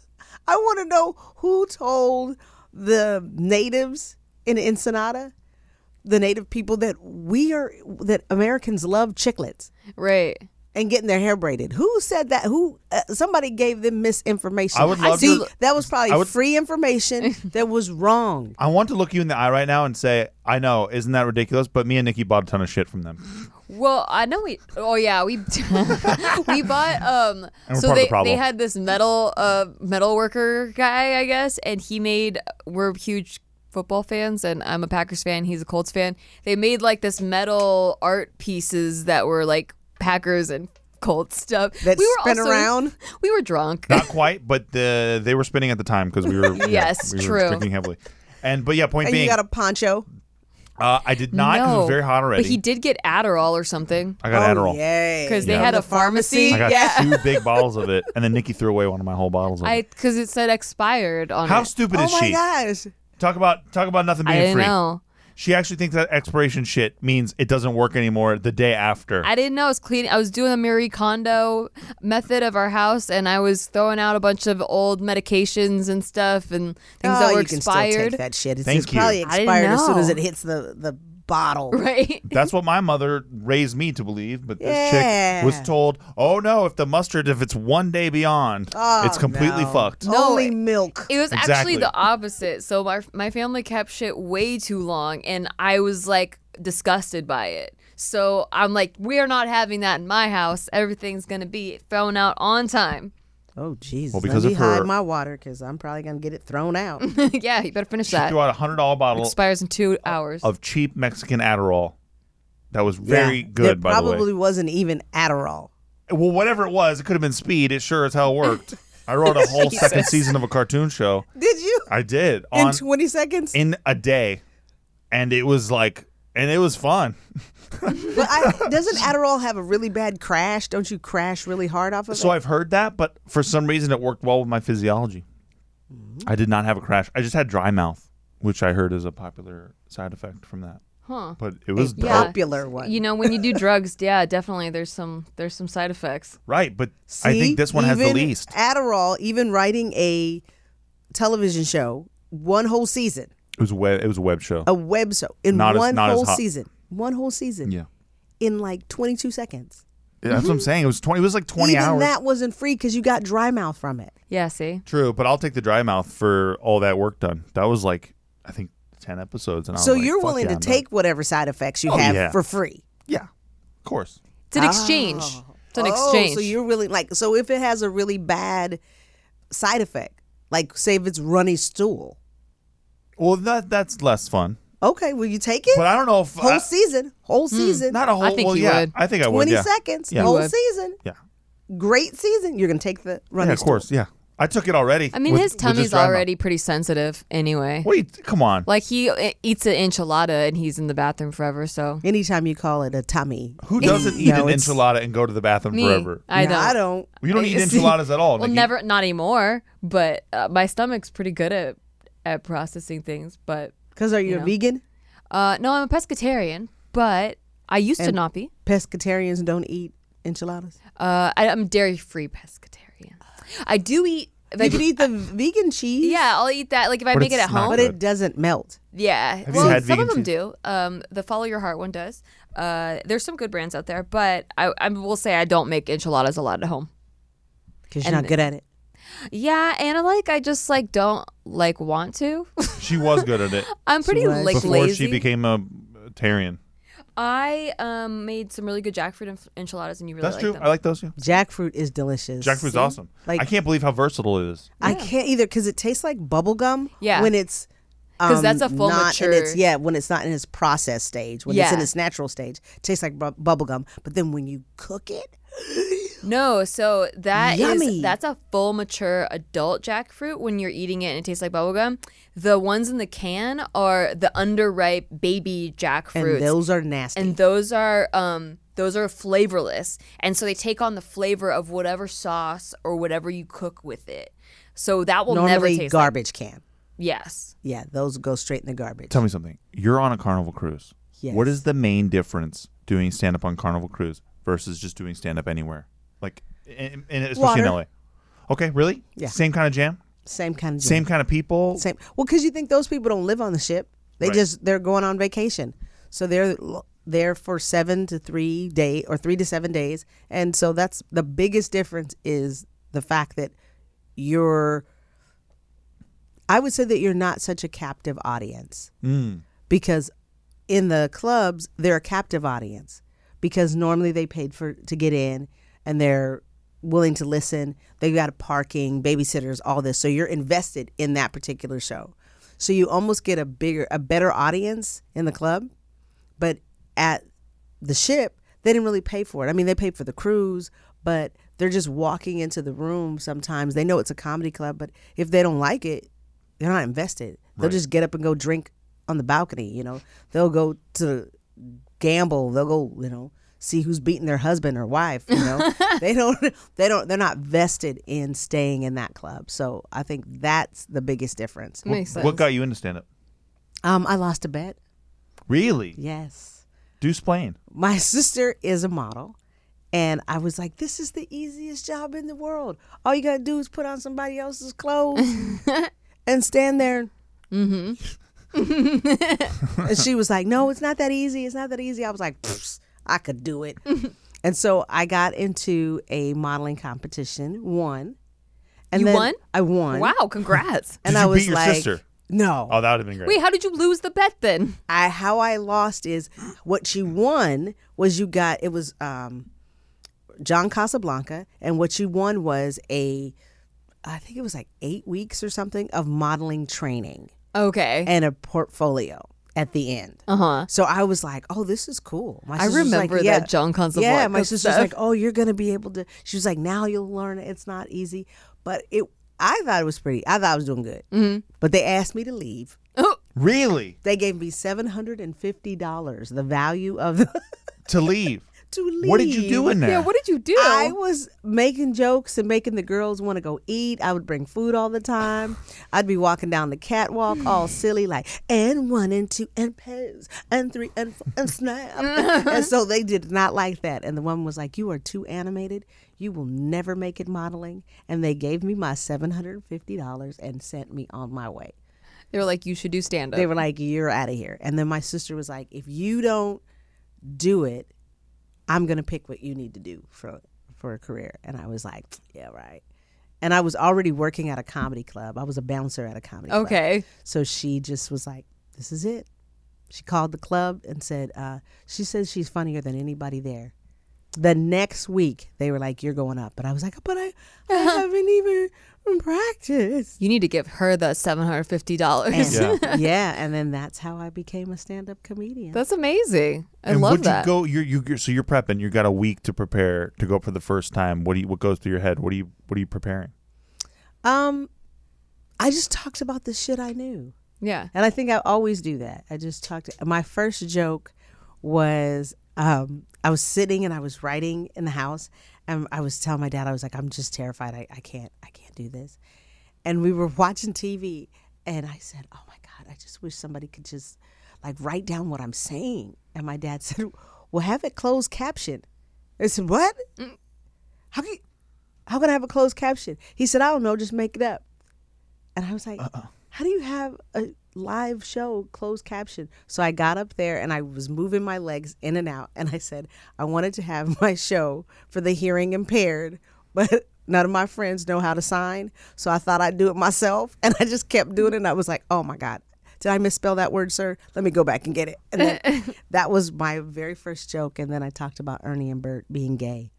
Speaker 2: I want to know who told the natives in Ensenada, the native people that we are that Americans love chiclets
Speaker 3: right.
Speaker 2: and getting their hair braided. Who said that? Who uh, somebody gave them misinformation?
Speaker 1: I would love
Speaker 2: See,
Speaker 1: to-
Speaker 2: that was probably
Speaker 1: I would-
Speaker 2: free information that was wrong.
Speaker 1: I want to look you in the eye right now and say, I know, isn't that ridiculous? But me and Nikki bought a ton of shit from them.
Speaker 3: Well, I know we. Oh yeah, we we bought. Um,
Speaker 1: And we're part of
Speaker 3: so
Speaker 1: the
Speaker 3: they they
Speaker 1: problem.
Speaker 3: had this metal uh metal worker guy, I guess, and he made. We're huge football fans, and I'm a Packers fan. He's a Colts fan. They made like this metal art pieces that were like Packers and Colts stuff.
Speaker 2: That
Speaker 3: we were
Speaker 2: spin
Speaker 3: also-
Speaker 2: around?
Speaker 3: We were drunk.
Speaker 1: Not quite, but the they were spinning at the time because we were yeah,
Speaker 3: Yes,
Speaker 1: we were
Speaker 3: true.
Speaker 1: drinking heavily. And but yeah, point
Speaker 2: And
Speaker 1: being,
Speaker 2: you got a poncho.
Speaker 1: uh, I did not because it
Speaker 3: no,
Speaker 1: was very hot already.
Speaker 3: But he did get Adderall or something
Speaker 1: I got
Speaker 2: oh,
Speaker 1: Adderall.
Speaker 2: yay.
Speaker 3: because they
Speaker 1: Yeah.
Speaker 3: had a
Speaker 2: The pharmacy?
Speaker 3: pharmacy.
Speaker 1: I got
Speaker 3: yeah,
Speaker 1: two big bottles of it, and then Nikki threw away one of my whole bottles of
Speaker 3: I
Speaker 1: it.
Speaker 3: because it said expired on
Speaker 1: How
Speaker 3: it.
Speaker 1: stupid
Speaker 2: Oh
Speaker 1: is
Speaker 2: my
Speaker 1: she?
Speaker 2: gosh.
Speaker 1: Talk about talk about nothing
Speaker 3: I
Speaker 1: being
Speaker 3: didn't
Speaker 1: free.
Speaker 3: know.
Speaker 1: She actually thinks that expiration shit means it doesn't work anymore the day after.
Speaker 3: I didn't know I was cleaning. I was doing the Marie Kondo method of our house, and I was throwing out a bunch of old medications and stuff and things
Speaker 2: oh,
Speaker 3: that were
Speaker 2: you can
Speaker 3: expired.
Speaker 2: still take that shit. It's,
Speaker 1: Thank
Speaker 2: it's
Speaker 1: you.
Speaker 2: probably
Speaker 3: I didn't
Speaker 2: expired as soon as
Speaker 3: know.
Speaker 2: it hits the, the bottle.
Speaker 3: Right?
Speaker 1: That's what my mother raised me to believe, but this
Speaker 2: Yeah.
Speaker 1: chick was told, "Oh no, if the mustard, if it's one day beyond,
Speaker 2: Oh,
Speaker 1: it's completely
Speaker 2: no.
Speaker 1: fucked."
Speaker 3: No,
Speaker 2: Only
Speaker 3: it-
Speaker 2: milk.
Speaker 3: It was actually
Speaker 1: Exactly.
Speaker 3: the opposite. So my my family kept shit way too long, and I was like disgusted by it. So I'm like, we are not having that in my house. Everything's gonna be thrown out on time.
Speaker 2: oh, Jesus.
Speaker 1: Well, because
Speaker 2: Let me
Speaker 1: of her-
Speaker 2: hide my water because I'm probably going to get it thrown out.
Speaker 3: yeah, you better finish
Speaker 1: She
Speaker 3: that.
Speaker 1: threw out a hundred dollar bottle
Speaker 3: Expires in two hours.
Speaker 1: of cheap Mexican Adderall. That was very
Speaker 2: Yeah. There
Speaker 1: good, by
Speaker 2: probably
Speaker 1: the way.
Speaker 2: wasn't even Adderall.
Speaker 1: Well, whatever it was, it could have been speed. It sure as hell worked. I wrote a whole second season of a cartoon show.
Speaker 2: Did you?
Speaker 1: I did
Speaker 2: In
Speaker 1: on
Speaker 2: 20 seconds?
Speaker 1: in a day, and it was like, and it was fun.
Speaker 2: But I, doesn't Adderall have a really bad crash? Don't you crash really hard off of
Speaker 1: So
Speaker 2: it?
Speaker 1: I've heard that, but for some reason it worked well with my physiology.
Speaker 2: Mm-hmm.
Speaker 1: I did not have a crash. I just had dry mouth, which I heard is a popular side effect from that.
Speaker 3: huh.
Speaker 1: But it was
Speaker 3: Yeah.
Speaker 2: Popular one.
Speaker 3: You know, when you do drugs, yeah, definitely. There's some there's some side effects.
Speaker 1: right, but
Speaker 2: See,
Speaker 1: I think this one has the
Speaker 2: even
Speaker 1: least.
Speaker 2: Adderall, even writing a television show, one whole season,
Speaker 1: It was a web, it was a web show.
Speaker 2: a web show in
Speaker 1: Not as-
Speaker 2: one
Speaker 1: not as
Speaker 2: whole
Speaker 1: hot.
Speaker 2: season, one whole season,
Speaker 1: Yeah.
Speaker 2: in like 22 seconds.
Speaker 1: Yeah, That's what I'm saying. It was 20 it was like 20
Speaker 2: Mm-hmm. even
Speaker 1: hours.
Speaker 2: that wasn't free because you got dry mouth from it.
Speaker 3: Yeah, see.
Speaker 1: True, but I'll take the dry mouth for all that work done. That was like I think 10 episodes and I was
Speaker 2: So
Speaker 1: like,
Speaker 2: you're
Speaker 1: "Fuck
Speaker 2: willing
Speaker 1: yeah,
Speaker 2: to
Speaker 1: I'm done."
Speaker 2: take whatever side effects you
Speaker 1: Oh,
Speaker 2: have
Speaker 1: yeah.
Speaker 2: for free.
Speaker 1: Yeah. Of course.
Speaker 3: It's an exchange. It's an exchange.
Speaker 2: Oh, so you're willing like so if it has a really bad side effect, like say if it's runny stool.
Speaker 1: Well, that that's less fun.
Speaker 2: Okay, will you take it?
Speaker 1: But I don't know if
Speaker 2: whole
Speaker 1: I-
Speaker 2: season, whole season,
Speaker 1: not a whole.
Speaker 3: think
Speaker 1: well,
Speaker 3: you
Speaker 1: yeah,
Speaker 3: would.
Speaker 1: I think I would.
Speaker 2: twenty
Speaker 1: Yeah,
Speaker 2: seconds,
Speaker 1: Yeah. You
Speaker 2: whole
Speaker 3: Hmm. would.
Speaker 2: season.
Speaker 1: yeah,
Speaker 2: Great season. You're gonna take the
Speaker 1: yeah
Speaker 2: running.
Speaker 1: of course. Yeah, I took it already.
Speaker 3: I mean,
Speaker 1: with-
Speaker 3: his
Speaker 1: with just
Speaker 3: tummy's
Speaker 1: dry mouth.
Speaker 3: already pretty sensitive anyway.
Speaker 1: Wait, come on.
Speaker 3: Like he uh, eats an enchilada and he's in the bathroom forever. So
Speaker 2: Anytime you call it a tummy,
Speaker 1: Who doesn't eat
Speaker 2: No,
Speaker 1: an
Speaker 2: it's-
Speaker 1: enchilada and go to the bathroom
Speaker 3: me,
Speaker 1: forever?
Speaker 3: I
Speaker 2: No,
Speaker 3: don't.
Speaker 2: I don't.
Speaker 1: You don't
Speaker 3: I-
Speaker 1: eat
Speaker 3: see-
Speaker 1: enchiladas at all.
Speaker 3: Well,
Speaker 1: Nikki.
Speaker 3: never, not anymore. But uh, my stomach's pretty good at at processing things. But
Speaker 2: Because are you,
Speaker 3: You
Speaker 2: a
Speaker 3: know.
Speaker 2: vegan?
Speaker 3: uh, no, I'm a pescatarian. But I used to
Speaker 2: And-
Speaker 3: not be.
Speaker 2: Pescatarians don't eat enchiladas.
Speaker 3: Uh, I, I'm dairy free pescatarian. I do eat.
Speaker 2: You
Speaker 3: Veg-
Speaker 2: can eat the vegan cheese,
Speaker 3: yeah, I'll eat that. Like if I
Speaker 1: But
Speaker 3: make it
Speaker 1: it's
Speaker 3: at
Speaker 1: not
Speaker 3: home.
Speaker 2: but it doesn't melt.
Speaker 3: Yeah.
Speaker 1: you
Speaker 3: well,
Speaker 1: had
Speaker 3: some
Speaker 1: vegan
Speaker 3: of them
Speaker 1: cheese?
Speaker 3: do. Um, the Follow Your Heart one does. Uh, there's some good brands out there, but I, I will say I don't make enchiladas a lot at home.
Speaker 2: Because you're not good at it.
Speaker 3: Yeah, and like I just like don't like want to.
Speaker 1: She was good at it
Speaker 3: I'm pretty
Speaker 2: was.
Speaker 3: like
Speaker 1: before
Speaker 3: lazy.
Speaker 1: she became a Tarian.
Speaker 3: I um made some really good jackfruit enf- enchiladas, and you really
Speaker 1: That's
Speaker 3: like
Speaker 1: true.
Speaker 3: them.
Speaker 1: I like those. Yeah.
Speaker 2: Jackfruit is delicious.
Speaker 1: Jackfruit's awesome.
Speaker 2: Like-
Speaker 1: I can't believe how versatile it is.
Speaker 2: I can't either because it tastes like bubble gum.
Speaker 3: Yeah.
Speaker 2: When it's
Speaker 3: 'Cause
Speaker 2: um,
Speaker 3: that's a full
Speaker 2: not in its-
Speaker 3: mature-
Speaker 2: yeah, when it's not in its process stage, when it's in
Speaker 3: Yeah.
Speaker 2: its natural stage, it tastes like bu- bubble gum. But then when you cook it,
Speaker 3: no, so that is
Speaker 2: Yummy.
Speaker 3: that's a full mature adult jackfruit. When you're eating it and it tastes like bubblegum, the ones in the can are the underripe baby
Speaker 2: and
Speaker 3: jackfruits.
Speaker 2: those are nasty.
Speaker 3: and those are um those are flavorless and so they take on the flavor of whatever sauce or whatever you cook with it so that will never
Speaker 2: Normally
Speaker 3: taste like,
Speaker 2: garbage can.
Speaker 3: yes
Speaker 2: Yeah, those go straight in the garbage.
Speaker 1: Tell me something. You're on a Carnival cruise.
Speaker 2: Yes.
Speaker 1: What is the main difference doing stand up on Carnival cruise versus just doing stand up anywhere? Like, in, in, especially in LA.
Speaker 2: Water.
Speaker 1: Okay, really?
Speaker 2: Yeah.
Speaker 1: Same kind of jam.
Speaker 2: Same kind of
Speaker 1: Same kind of people.
Speaker 2: Same. Well, because you think those people don't live on the ship. They
Speaker 1: Right.
Speaker 2: just they're going on vacation, so they're l- there for seven to three day or three to seven days, and so that's the biggest difference is the fact that you're. I would say that you're not such a captive audience because in the clubs they're a captive audience because normally they paid for to get in and they're willing to listen they've got parking babysitters all this so you're invested in that particular show so you almost get a bigger a better audience in the club but at the ship they didn't really pay for it i mean they paid for the cruise but they're just walking into the room sometimes they know it's a comedy club but if they don't like it they're not invested they'll just get up and go drink on the balcony you know they'll go to gamble they'll go you know see who's beating their husband or wife you know they don't they don't they're not vested in staying in that club so i think that's the biggest difference
Speaker 3: makes sense
Speaker 1: What got you into stand up?
Speaker 2: um i lost a bet
Speaker 1: Really?
Speaker 2: yes
Speaker 1: Deuce Plain.
Speaker 2: my sister is a model and i was like this is the easiest job in the world all you gotta do is put on somebody else's clothes and stand there mm-hmm. and she was like no it's not that easy it's not that easy i was like "Pfft, i could do it and so i got into a modeling competition won and
Speaker 3: You
Speaker 2: then
Speaker 3: won?
Speaker 2: i won
Speaker 3: wow congrats
Speaker 2: and
Speaker 1: Did
Speaker 2: i
Speaker 1: you beat
Speaker 2: was
Speaker 1: your
Speaker 2: like
Speaker 1: sister?
Speaker 2: no
Speaker 1: Oh, that would have been great.
Speaker 3: wait how did you lose the bet then
Speaker 2: I how I lost is what you won was you got it was um John Casablanca and what you won was a I think it was like 8 weeks or something of modeling training
Speaker 3: okay
Speaker 2: and a portfolio at the end.
Speaker 3: uh-huh
Speaker 2: So I was like, "Oh, this is cool." My
Speaker 3: I
Speaker 2: sister's
Speaker 3: remember
Speaker 2: like,
Speaker 3: that
Speaker 2: yeah.
Speaker 3: John Casablanca
Speaker 2: Yeah, my sister's
Speaker 3: stuff.
Speaker 2: like, "Oh, you're gonna be able to." She was like, "Now you'll learn. it. It's not easy, but it." I thought it was pretty. I thought I was doing good, mm-hmm. but they asked me to leave.
Speaker 1: Really?
Speaker 2: They gave me seven hundred and fifty dollars, the value of the,
Speaker 1: To leave.
Speaker 2: to leave.
Speaker 1: What did you do in there?
Speaker 3: yeah what did you do
Speaker 2: I was making jokes and making the girls want to go eat. I would bring food all the time. I'd be walking down the catwalk all silly, like and one and two and pose and three and four and snap. and so they did not like that. And the woman was like, "You are too animated. You will never make it modeling." And they gave me my seven hundred and fifty dollars and sent me on my way.
Speaker 3: they were like you should do stand
Speaker 2: They
Speaker 3: up
Speaker 2: were like, "You're out of here." And then my sister was like, "If you don't do it, I'm gonna pick what you need to do for for a career." And I was like, "Yeah, right." And I was already working at a comedy club. I was a bouncer at a comedy club.
Speaker 3: okay
Speaker 2: So she just was like, "This is it." She called the club and said, uh, "She says she's funnier than anybody there." The next week, they were like, "You're going up," but I was like, "But I, I haven't even practiced."
Speaker 3: You need to give her the seven hundred fifty dollars.
Speaker 1: Yeah.
Speaker 2: yeah, and then that's how I became a stand-up comedian.
Speaker 3: That's amazing. I
Speaker 1: and
Speaker 3: love
Speaker 1: would
Speaker 3: that.
Speaker 1: you go? You're, you you're, so you're prepping. You got a week to prepare to go for the first time. What do you? What goes through your head? What do you? What are you preparing?
Speaker 2: Um, I just talked about the shit I knew.
Speaker 3: yeah.
Speaker 2: And I think I always do that. I just talked. My first joke was um, I was sitting and I was writing in the house, and I was telling my dad I was like, I'm just terrified. I, I can't. I can't do this. And we were watching TV, and I said, Oh my god, I just wish somebody could just like write down what I'm saying. And my dad said, Well, have it closed captioned. I said, What? How can you, how can I have a closed caption? He said, I don't know. Just make it up. And I was like, how do you have a live show closed caption? So I got up there and I was moving my legs in and out. And I said, I wanted to have my show for the hearing impaired, but none of my friends know how to sign. So I thought I'd do it myself. And I just kept doing it. And I was like, oh my God, did I misspell that word, sir? Let me go back and get it. And then that was my very first joke. And then I talked about Ernie and Bert being gay.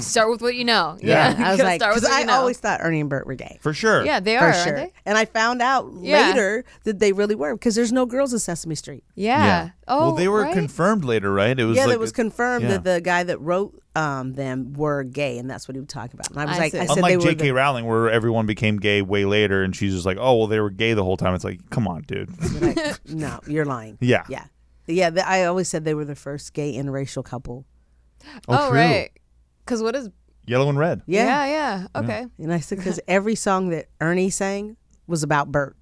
Speaker 3: Start with what you know.
Speaker 1: Yeah.
Speaker 3: Yeah.
Speaker 2: I was
Speaker 3: Gotta
Speaker 2: like,
Speaker 3: start with
Speaker 2: 'cause
Speaker 3: what
Speaker 2: I
Speaker 3: you know.
Speaker 2: always thought Ernie and Bert were gay.
Speaker 1: For sure.
Speaker 3: Yeah, they
Speaker 2: For
Speaker 3: are,
Speaker 2: sure.
Speaker 3: aren't they?
Speaker 2: And I found out
Speaker 3: Yeah.
Speaker 2: later that they really were because there's no girls in Sesame Street.
Speaker 3: Yeah. Oh,
Speaker 1: well, they were
Speaker 3: right?
Speaker 1: confirmed later, right? It was
Speaker 2: yeah,
Speaker 1: like
Speaker 2: it was confirmed
Speaker 1: yeah.
Speaker 2: that the guy that wrote um, them were gay, and that's what he would talk about. And I was
Speaker 3: I
Speaker 2: like,
Speaker 3: see.
Speaker 2: I said
Speaker 1: unlike
Speaker 2: they were.
Speaker 1: J.K. Rowling, where everyone became gay way later, and she's just like, "Oh, well, they were gay the whole time." It's like, come on, dude.
Speaker 2: the- like, no, you're lying.
Speaker 1: Yeah.
Speaker 2: yeah, yeah. th I always said they were the first gay interracial couple.
Speaker 3: Oh,
Speaker 1: true.
Speaker 3: right. Because what is?
Speaker 1: Yellow and red.
Speaker 2: Yeah,
Speaker 3: yeah. yeah. Okay.
Speaker 2: and I said because every song that Ernie sang was about Bert,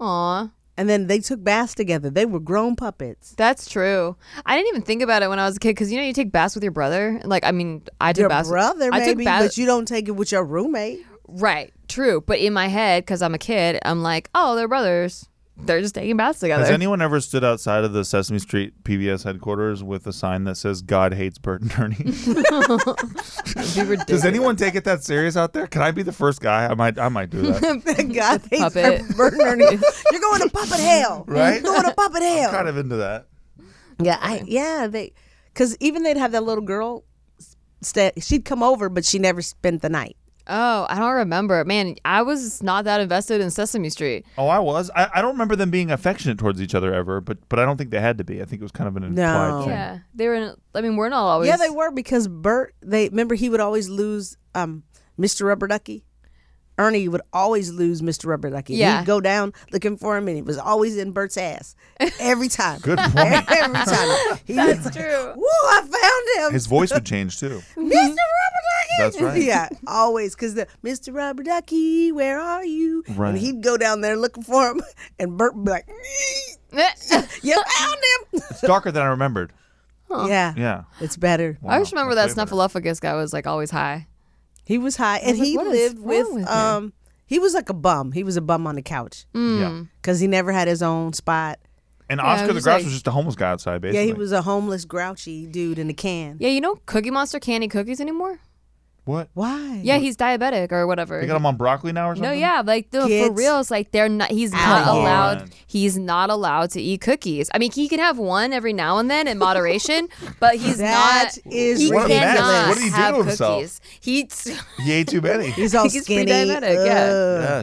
Speaker 3: Aw.
Speaker 2: and then they took baths together. They were grown puppets.
Speaker 3: That's true. I didn't even think about it when I was a kid because you know you take baths with your brother. Like I mean, I took
Speaker 2: Your
Speaker 3: baths.
Speaker 2: brother,
Speaker 3: I took
Speaker 2: maybe,
Speaker 3: baths.
Speaker 2: but you don't take it with your roommate.
Speaker 3: right. True. But in my head, because I'm a kid, I'm like, oh, they're brothers. They're just taking baths together.
Speaker 1: Has anyone ever stood outside of the Sesame Street PBS headquarters with a sign that says "God hates Bert and Ernie"?
Speaker 3: It'd be ridiculous.
Speaker 1: Does anyone take it that serious out there? Can I be the first guy? I might. I might do that.
Speaker 2: God, thanks
Speaker 3: Puppet.
Speaker 2: for Bert and Ernie. You're going to puppet hell,
Speaker 1: Right?
Speaker 2: You're going to puppet hell.
Speaker 1: kind of into that.
Speaker 2: Yeah, I yeah they, because even they'd have that little girl. St- she'd come over, but she never spent the night.
Speaker 3: Oh, I don't remember. Man, I was not that invested in Sesame Street.
Speaker 1: Oh, I was. I, I don't remember them being affectionate towards each other ever, but but I don't think they had to be. I think it was kind of an implied
Speaker 2: No.
Speaker 1: thing.
Speaker 3: Yeah, they were. In, I mean, we're not always.
Speaker 2: Yeah, they were because Bert. They remember he would always lose um, Mr. Rubber Ducky. Ernie would always lose Mr. Rubber Ducky.
Speaker 3: Yeah.
Speaker 2: he'd go down looking for him, and he was always in Bert's ass every time.
Speaker 1: Good point.
Speaker 2: every time. He was like,
Speaker 3: true.
Speaker 2: Woo! I found him.
Speaker 1: His voice would change too.
Speaker 2: Mr. Rubber Ducky.
Speaker 1: That's right.
Speaker 2: Yeah, always because the Mr. Rubber Ducky, where are you?
Speaker 1: Right.
Speaker 2: And he'd go down there looking for him, and Bert would be like, "You found him."
Speaker 1: It's darker than I remembered.
Speaker 2: Yeah,
Speaker 1: Yeah.
Speaker 2: it's better.
Speaker 3: I just
Speaker 1: Wow,
Speaker 3: remember that
Speaker 1: that's way better.
Speaker 3: Snuffleupagus guy was like always high.
Speaker 2: He was high, and
Speaker 3: like,
Speaker 2: he
Speaker 3: what is
Speaker 2: lived
Speaker 3: wrong
Speaker 2: with,
Speaker 3: with him? Mm.
Speaker 2: um. He was like a bum. He was a bum on the couch
Speaker 1: Yeah.
Speaker 2: because he never had his own spot.
Speaker 1: And
Speaker 3: I
Speaker 1: Oscar the
Speaker 3: was
Speaker 1: Grouch
Speaker 3: like-
Speaker 1: was just a homeless guy outside,
Speaker 2: Yeah,
Speaker 1: basically.
Speaker 2: he was a homeless, grouchy dude in a can.
Speaker 3: Yeah, you know, Cookie Monster can't eat cookies anymore.
Speaker 1: What?
Speaker 2: Why?
Speaker 3: Yeah, he's diabetic or whatever.
Speaker 1: Mm-hmm. They got him on broccoli now or something?
Speaker 3: No, yeah, like no, for
Speaker 2: Uh-huh. Kids
Speaker 3: real, it's like they're not. He's
Speaker 2: out
Speaker 3: not
Speaker 2: here.
Speaker 1: Come on.
Speaker 3: allowed. He's not allowed to eat cookies. I mean, he can have one every now and then in moderation, but he's
Speaker 2: That
Speaker 3: not.
Speaker 2: is
Speaker 3: he
Speaker 1: What a mess.
Speaker 3: cannot
Speaker 1: What did he do
Speaker 3: have
Speaker 1: to himself?
Speaker 3: cookies. He.
Speaker 1: He ate too many.
Speaker 2: He's all
Speaker 3: He's
Speaker 2: skinny.
Speaker 3: pre-diabetic, yeah.
Speaker 2: Ugh.
Speaker 1: yeah,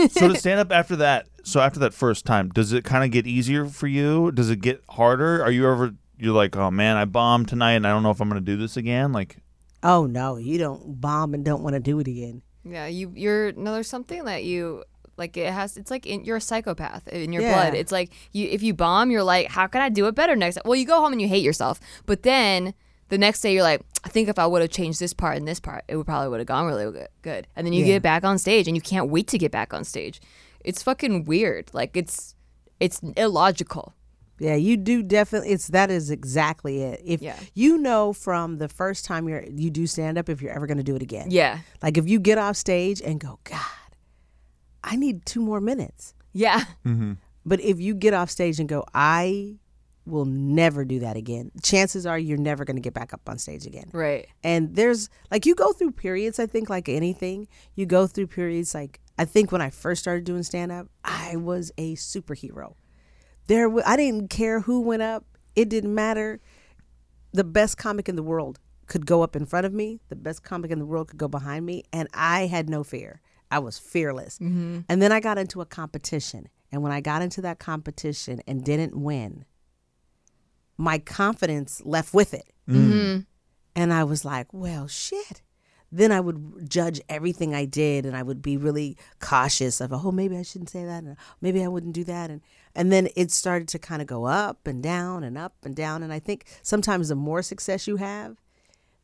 Speaker 1: shit. so to stand up after that, so after that first time, does it kind of get easier for you? Does it get harder? Are you ever you're like, "Oh man, I bombed tonight and I don't know if I'm going to do this again?" Like
Speaker 2: Oh no, you don't bomb and don't want to do it again.
Speaker 3: Yeah, you you're no there's something that you like it has it's like in, you're a psychopath in your
Speaker 2: Yeah.
Speaker 3: blood. It's like you if you bomb you're like how can I do it better next time? Well, you go home and you hate yourself. But then the next day you're like I think if I would have changed this part and this part it would probably would have gone really good- good. And then you
Speaker 2: Yeah.
Speaker 3: get back on stage and you can't wait to get back on stage. It's fucking weird. Like it's it's illogical.
Speaker 2: Yeah, you do definitely. It's that is exactly it. If
Speaker 3: Yeah.
Speaker 2: you know from the first time you're you do stand up, if you're ever going to do it again,
Speaker 3: Yeah.
Speaker 2: Like if you get off stage and go, God, I need two more minutes.
Speaker 3: Yeah.
Speaker 2: Hmm. But if you get off stage and go, I will never do that again. Chances are you're never going to get back up on stage again.
Speaker 3: Right.
Speaker 2: And there's like you go through periods, I think, like anything. You go through periods like I think when I first started doing stand up, I was a superhero. There w- I didn't care who went up. It didn't matter. the best comic in the world could go up in front of me, the best comic in the world could go behind me, and I had no fear. I was fearless. And then I got into a competition. And when I got into that competition and didn't win, my confidence left with it. And I was like, well, shit. Then I would judge everything I did and I would be really cautious of, oh, maybe I shouldn't say that. And maybe I wouldn't do that. And, and then it started to kind of go up and down and up and down. And I think sometimes the more success you have,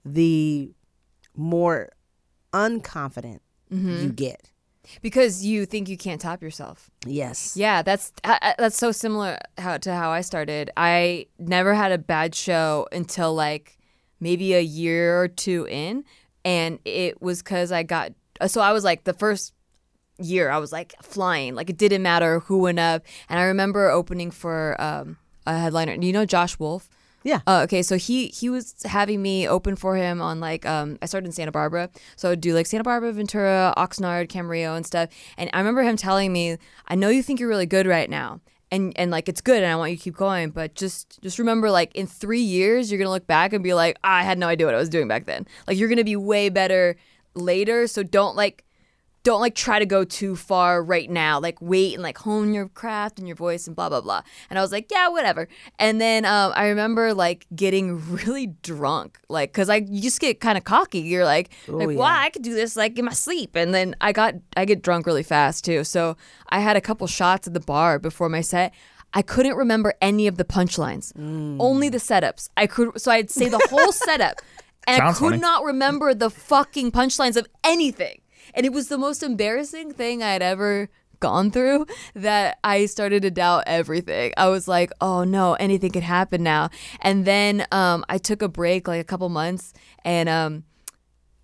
Speaker 2: the more unconfident you get.
Speaker 3: because you think you can't top yourself.
Speaker 2: Yes.
Speaker 3: Yeah, that's I- I- that's so similar how to how I started. I never had a bad show until like maybe a year or two in, and it was because I got uh, so I was like the first year I was like flying, like it didn't matter who went up, and I remember opening for um, a headliner. You know Josh Wolf.
Speaker 2: Yeah.
Speaker 3: Uh, okay, so he he was having me open for him on like um I started in Santa Barbara, so I would do like Santa Barbara, Ventura, Oxnard, Camarillo, and stuff. And I remember him telling me, "I know you think you're really good right now, and and like it's good, and I want you to keep going, but just just remember, like in three years, you're gonna look back and be like, I had no idea what I was doing back then. Like you're gonna be way better later, so don't like." don't like try to go too far right now. Like wait and like hone your craft and your voice and blah blah blah. And I was like, yeah, whatever. And then um, I remember like getting really drunk, like because I you just get kind of cocky. You're like, like wow, I could do this like in my sleep. And then I got I get drunk really fast too. So I had a couple shots at the bar before my set. I couldn't remember any of the punchlines,
Speaker 1: Mm.
Speaker 3: only the setups. I could so I'd say the whole setup, and
Speaker 1: Sounds
Speaker 3: I could
Speaker 1: funny.
Speaker 3: not not remember the fucking punchlines of anything. And it was the most embarrassing thing I had ever gone through that I started to doubt everything. I was like, oh no, anything could happen now. And then um, I took a break like a couple months and um,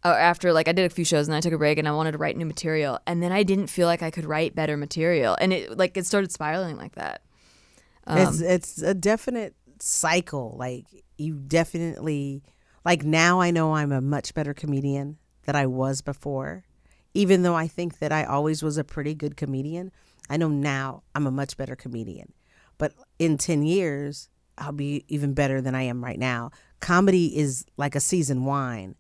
Speaker 3: uh, after like I did a few shows and I took a break and I wanted to write new material. And then I didn't feel like I could write better material. And it like it started spiraling like that.
Speaker 2: it's it's a definite cycle. Like you definitely like now I know I'm a much better comedian than I was before. Even though I think that I always was a pretty good comedian, I know now I'm a much better comedian. But in 10 years, I'll be even better than I am right now. Comedy is like a seasoned wine.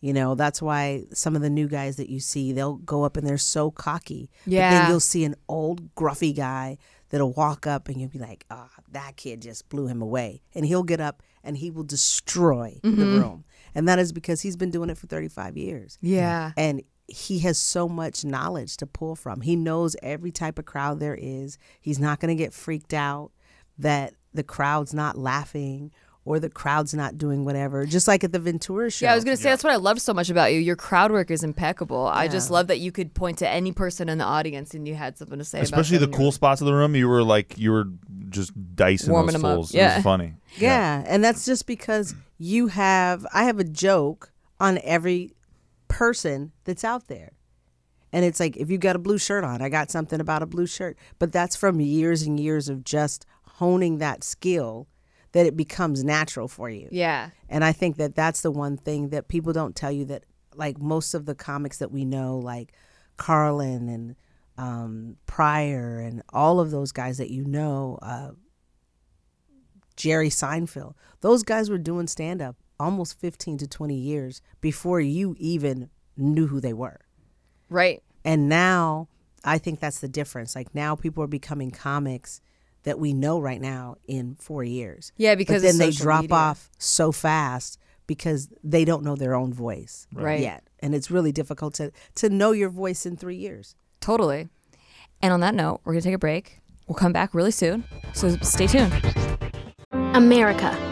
Speaker 2: You know, that's why some of the new guys that you see, they'll go up and they're so cocky. But then
Speaker 3: Yeah.
Speaker 2: you'll see an old gruffy guy that'll walk up and you'll be like, ah, that kid just blew him away. And he'll get up and he will destroy the
Speaker 3: Mm-hmm.
Speaker 2: room. And that is because he's been doing it for 35 years.
Speaker 3: Yeah.
Speaker 2: And he has so much knowledge to pull from. He knows every type of crowd there is. He's not going to get freaked out that the crowd's not laughing or the crowd's not doing whatever. Just like at the Ventura show.
Speaker 3: Yeah, I was gonna say that's what I love so much about you. Your crowd work is impeccable. I just love that you could point to any person in the audience and you had something to say.
Speaker 1: Especially the
Speaker 3: about them.
Speaker 1: cool spots of the room, you were like you were just dicing
Speaker 3: Warming
Speaker 1: those
Speaker 3: 'em up.
Speaker 1: fools. It
Speaker 3: Yeah.
Speaker 1: was funny.
Speaker 2: Yeah, and that's just because you have I have a joke on every person that's out there. And it's like if you got a blue shirt on, I got something about a blue shirt, but that's from years and years of just honing that skill that it becomes natural for you.
Speaker 3: Yeah,
Speaker 2: And I think that that's the one thing that people don't tell you that like most of the comics that we know, like Carlin and um, Pryor and all of those guys that you know, uh, Jerry Seinfeld, those guys were doing stand up almost 15 to 20 years before you even knew who they were.
Speaker 3: right.
Speaker 2: And now I think that's the difference. Like now people are becoming comics that we know right now in four years.
Speaker 3: Yeah, because
Speaker 2: but then
Speaker 3: of
Speaker 2: they
Speaker 3: social
Speaker 2: drop
Speaker 3: media.
Speaker 2: off so fast because they don't know their own voice
Speaker 3: Right.
Speaker 2: yet. And it's really difficult to, to know your voice in three years.
Speaker 3: Totally. And on that note, we're gonna take a break. We'll come back really soon, so stay tuned.
Speaker 4: America,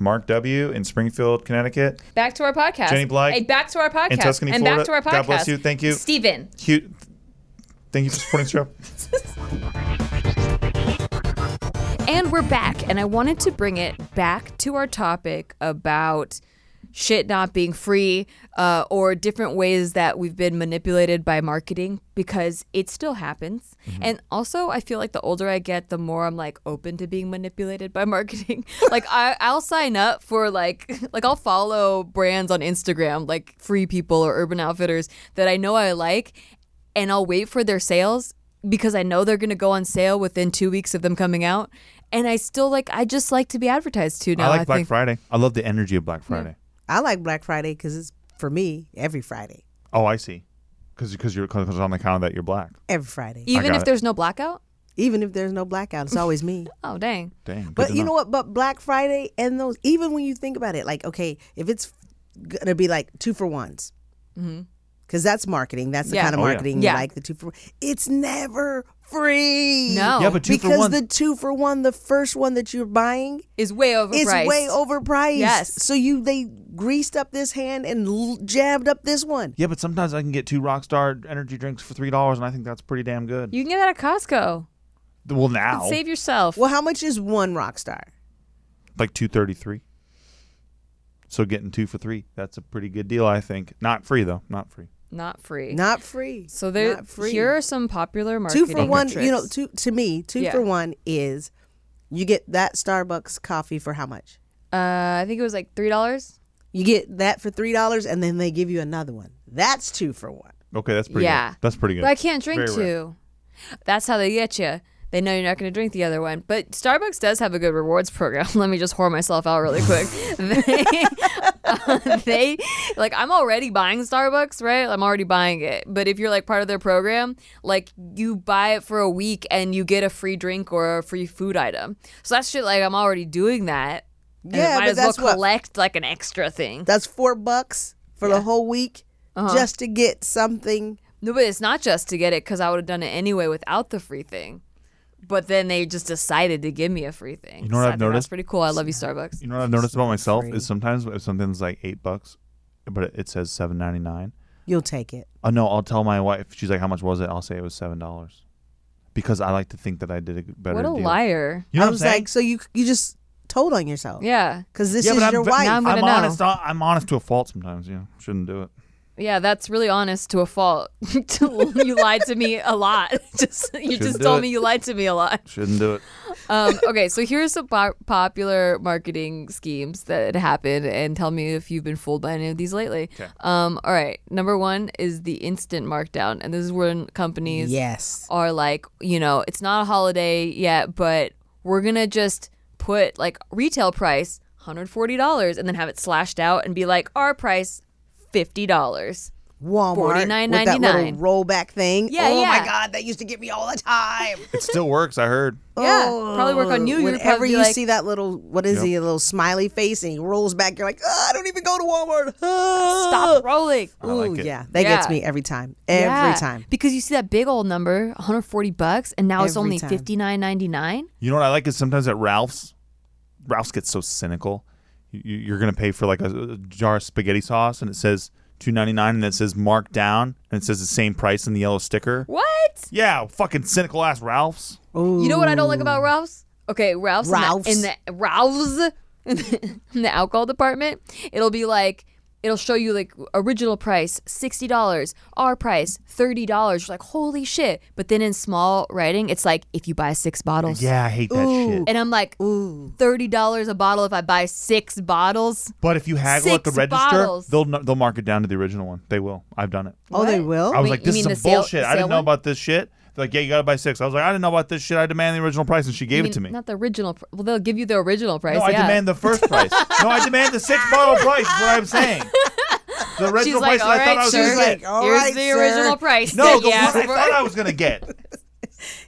Speaker 1: Mark W. in Springfield, Connecticut.
Speaker 3: Back to our podcast.
Speaker 1: Jenny Blythe
Speaker 3: Hey, back to our podcast.
Speaker 1: in Tuscany,
Speaker 3: and
Speaker 1: Florida.
Speaker 3: back to our podcast.
Speaker 1: God bless you. Thank you.
Speaker 3: Steven.
Speaker 1: Cute. Thank you for supporting the show.
Speaker 3: And we're back. And I wanted to bring it back to our topic about shit not being free uh, or different ways that we've been manipulated by marketing because it still happens.
Speaker 1: Mm-hmm.
Speaker 3: And also, I feel like the older I get, the more I'm like open to being manipulated by marketing. like I, I'll sign up for like like I'll follow brands on Instagram like Free People or Urban Outfitters that I know I like, and I'll wait for their sales because I know they're going to go on sale within two weeks of them coming out. And I still like, I just like to be advertised to now.
Speaker 1: I like Black
Speaker 3: think.
Speaker 1: Friday. I love the energy of Black Friday.
Speaker 2: I like Black Friday because it's for me every Friday.
Speaker 1: Oh, I see. Because you're cause it's on the account that you're black.
Speaker 2: Every Friday,
Speaker 1: I
Speaker 3: Even
Speaker 1: got
Speaker 3: if
Speaker 1: it.
Speaker 3: there's no blackout?
Speaker 2: even if there's no blackout, it's always me.
Speaker 3: Oh, dang.
Speaker 1: Dang. good
Speaker 2: But
Speaker 1: to
Speaker 2: you know what? But Black Friday and those, even when you think about it, like okay, if it's gonna be like two for ones, because that's marketing. That's the
Speaker 3: Mm-hmm. Yeah.
Speaker 2: kind of
Speaker 1: Oh, yeah.
Speaker 2: marketing
Speaker 3: Yeah.
Speaker 2: you like. The two for it's never free.
Speaker 3: No.
Speaker 1: Yeah, but two
Speaker 2: because
Speaker 1: for one.
Speaker 2: the two for one, the first one that you're buying
Speaker 3: Is way overpriced.
Speaker 2: is way overpriced.
Speaker 3: Yes.
Speaker 2: So you they greased up this hand and l- jabbed up this one.
Speaker 1: yeah, but sometimes I can get two Rockstar energy drinks for three dollars, and I think that's pretty damn good.
Speaker 3: You can get that at Costco.
Speaker 1: well, now
Speaker 3: Save yourself.
Speaker 2: Well, how much is one rock star?
Speaker 1: like two thirty three. So getting two for three, that's a pretty good deal, I think. Not free though, not free.
Speaker 3: Not free.
Speaker 2: Not free.
Speaker 3: so there,
Speaker 2: Not free.
Speaker 3: here are some popular marketing
Speaker 2: two for one.
Speaker 3: tricks.
Speaker 2: You know, two to me, two
Speaker 3: Yeah.
Speaker 2: for one is you get that Starbucks coffee for how much?
Speaker 3: Uh, I think it was like $3.
Speaker 2: You get that for three dollars, and then they give you another one. That's two for one.
Speaker 1: Okay, that's pretty.
Speaker 3: Yeah.
Speaker 1: good. that's pretty good.
Speaker 3: But I can't drink
Speaker 1: Very rare.
Speaker 3: two. That's how they get you. They know you're not going to drink the other one. But Starbucks does have a good rewards program. Let me just whore myself out really quick. they, they, like, I'm already buying Starbucks, right? I'm already buying it. But if you're like part of their program, like, you buy it for a week and you get a free drink or a free food item. So that's shit, like, I'm already doing that. And
Speaker 2: Yeah,
Speaker 3: it might
Speaker 2: but
Speaker 3: as well
Speaker 2: that's what-
Speaker 3: collect like an extra thing.
Speaker 2: That's four bucks for the whole week
Speaker 3: Uh-huh.
Speaker 2: just to get something.
Speaker 3: No, but it's not just to get it because I would have done it anyway without the free thing. But then they just decided to give me a free thing.
Speaker 1: You know what I've
Speaker 3: So I think That's
Speaker 1: noticed?
Speaker 3: pretty cool. I love you, Starbucks.
Speaker 1: You know what I've noticed about myself is sometimes if something's like eight bucks, but it- it says seven ninety nine.
Speaker 2: You'll take it.
Speaker 1: Oh no, I'll tell my wife. She's like, "How much was it?" I'll say it was seven dollars, because I like to think that I did a better.
Speaker 3: What a
Speaker 1: deal.
Speaker 3: liar.
Speaker 1: You know
Speaker 2: I
Speaker 1: what I'm
Speaker 2: was
Speaker 1: saying?
Speaker 2: like, so you you just told on yourself.
Speaker 3: Yeah.
Speaker 2: Because this
Speaker 1: yeah,
Speaker 2: is
Speaker 1: but
Speaker 2: your
Speaker 1: I'm,
Speaker 2: wife.
Speaker 3: now I'm gonna
Speaker 1: I'm
Speaker 3: know.
Speaker 1: honest. I'm honest to a fault sometimes. You know, shouldn't do it.
Speaker 3: Yeah, that's really honest to a fault. you lied to me a lot. just You
Speaker 1: Shouldn't
Speaker 3: just
Speaker 1: do
Speaker 3: told
Speaker 1: it.
Speaker 3: me you lied to me a lot.
Speaker 1: Shouldn't do it.
Speaker 3: Um, okay, so here's some po- popular marketing schemes that happen, and tell me if you've been fooled by any of these lately. Um, all right, number one is the instant markdown, and this is when companies
Speaker 2: Yes.
Speaker 3: are like, you know, it's not a holiday yet, but we're gonna just put like retail price $140 and then have it slashed out and be like our price $50.
Speaker 2: Walmart with that little
Speaker 3: $49.99.
Speaker 2: rollback thing.
Speaker 3: Yeah,
Speaker 2: oh
Speaker 3: yeah.
Speaker 2: my God, that used to get me all the time.
Speaker 1: It still works. I heard.
Speaker 3: Yeah, probably work on you, you'd
Speaker 2: Oh, Whenever
Speaker 3: probably be
Speaker 2: you
Speaker 3: like-
Speaker 2: see that little, what is he, a little smiley face, and he rolls back, you're like, "Ah, I don't even go to Walmart. Ah.
Speaker 3: Stop rolling.
Speaker 1: I like it.
Speaker 2: yeah, that
Speaker 3: Yeah.
Speaker 2: gets me every time. Every
Speaker 3: Yeah,
Speaker 2: time.
Speaker 3: Because you see that big old number, 140 bucks, and now it's
Speaker 2: Every
Speaker 3: only
Speaker 2: time.
Speaker 3: 59.99.
Speaker 1: You know what I like is sometimes at Ralph's, Ralph's gets so cynical. You- you- You're gonna pay for like a, a jar of spaghetti sauce, and it says two ninety nine, and it says marked down, and it says the same price in the yellow sticker.
Speaker 3: What?
Speaker 1: Yeah, fucking cynical ass Ralph's.
Speaker 3: You know what I don't like about Ralph's? Okay, Ralph's, in the-
Speaker 2: Ralph's.
Speaker 3: in the, Ralph's in the, in the alcohol department, it'll be like it'll show you like original price sixty dollars, our price thirty dollars. You're like, holy shit! But then in small writing, it's like if you buy six bottles.
Speaker 1: Yeah, I hate that shit.
Speaker 3: And I'm like, thirty dollars a bottle if I buy six bottles.
Speaker 1: But if you haggle at the
Speaker 3: Six
Speaker 1: register,
Speaker 3: bottles.
Speaker 1: they'll n- they'll mark it down to the original one. They will. I've done it.
Speaker 2: Oh, they
Speaker 3: What?
Speaker 2: will?
Speaker 1: I was
Speaker 3: Wait,
Speaker 1: like,
Speaker 3: you
Speaker 1: this
Speaker 3: mean
Speaker 1: is some
Speaker 3: the sale-
Speaker 1: bullshit.
Speaker 3: the
Speaker 1: I
Speaker 3: sale
Speaker 1: didn't know
Speaker 3: one?
Speaker 1: about this shit. They're like, yeah, you gotta buy six. I was like, I didn't know about this shit. I demand the original price, and she gave
Speaker 3: I
Speaker 1: it to
Speaker 3: mean,
Speaker 1: me.
Speaker 3: Not the original. pr- Well, they'll give you the original price.
Speaker 1: no, I
Speaker 3: yeah.
Speaker 1: demand the first price. no, I demand the six bottle price. Is what I'm saying. the original
Speaker 3: like,
Speaker 1: price. and I thought
Speaker 3: "Alright,
Speaker 1: I was
Speaker 3: sure.
Speaker 1: gonna get.
Speaker 2: like, "All
Speaker 3: Here's
Speaker 2: right,
Speaker 3: the
Speaker 2: sir."
Speaker 3: original price.
Speaker 1: No,
Speaker 3: that
Speaker 1: the
Speaker 3: you asked
Speaker 1: one I
Speaker 3: for.
Speaker 1: thought I was gonna get.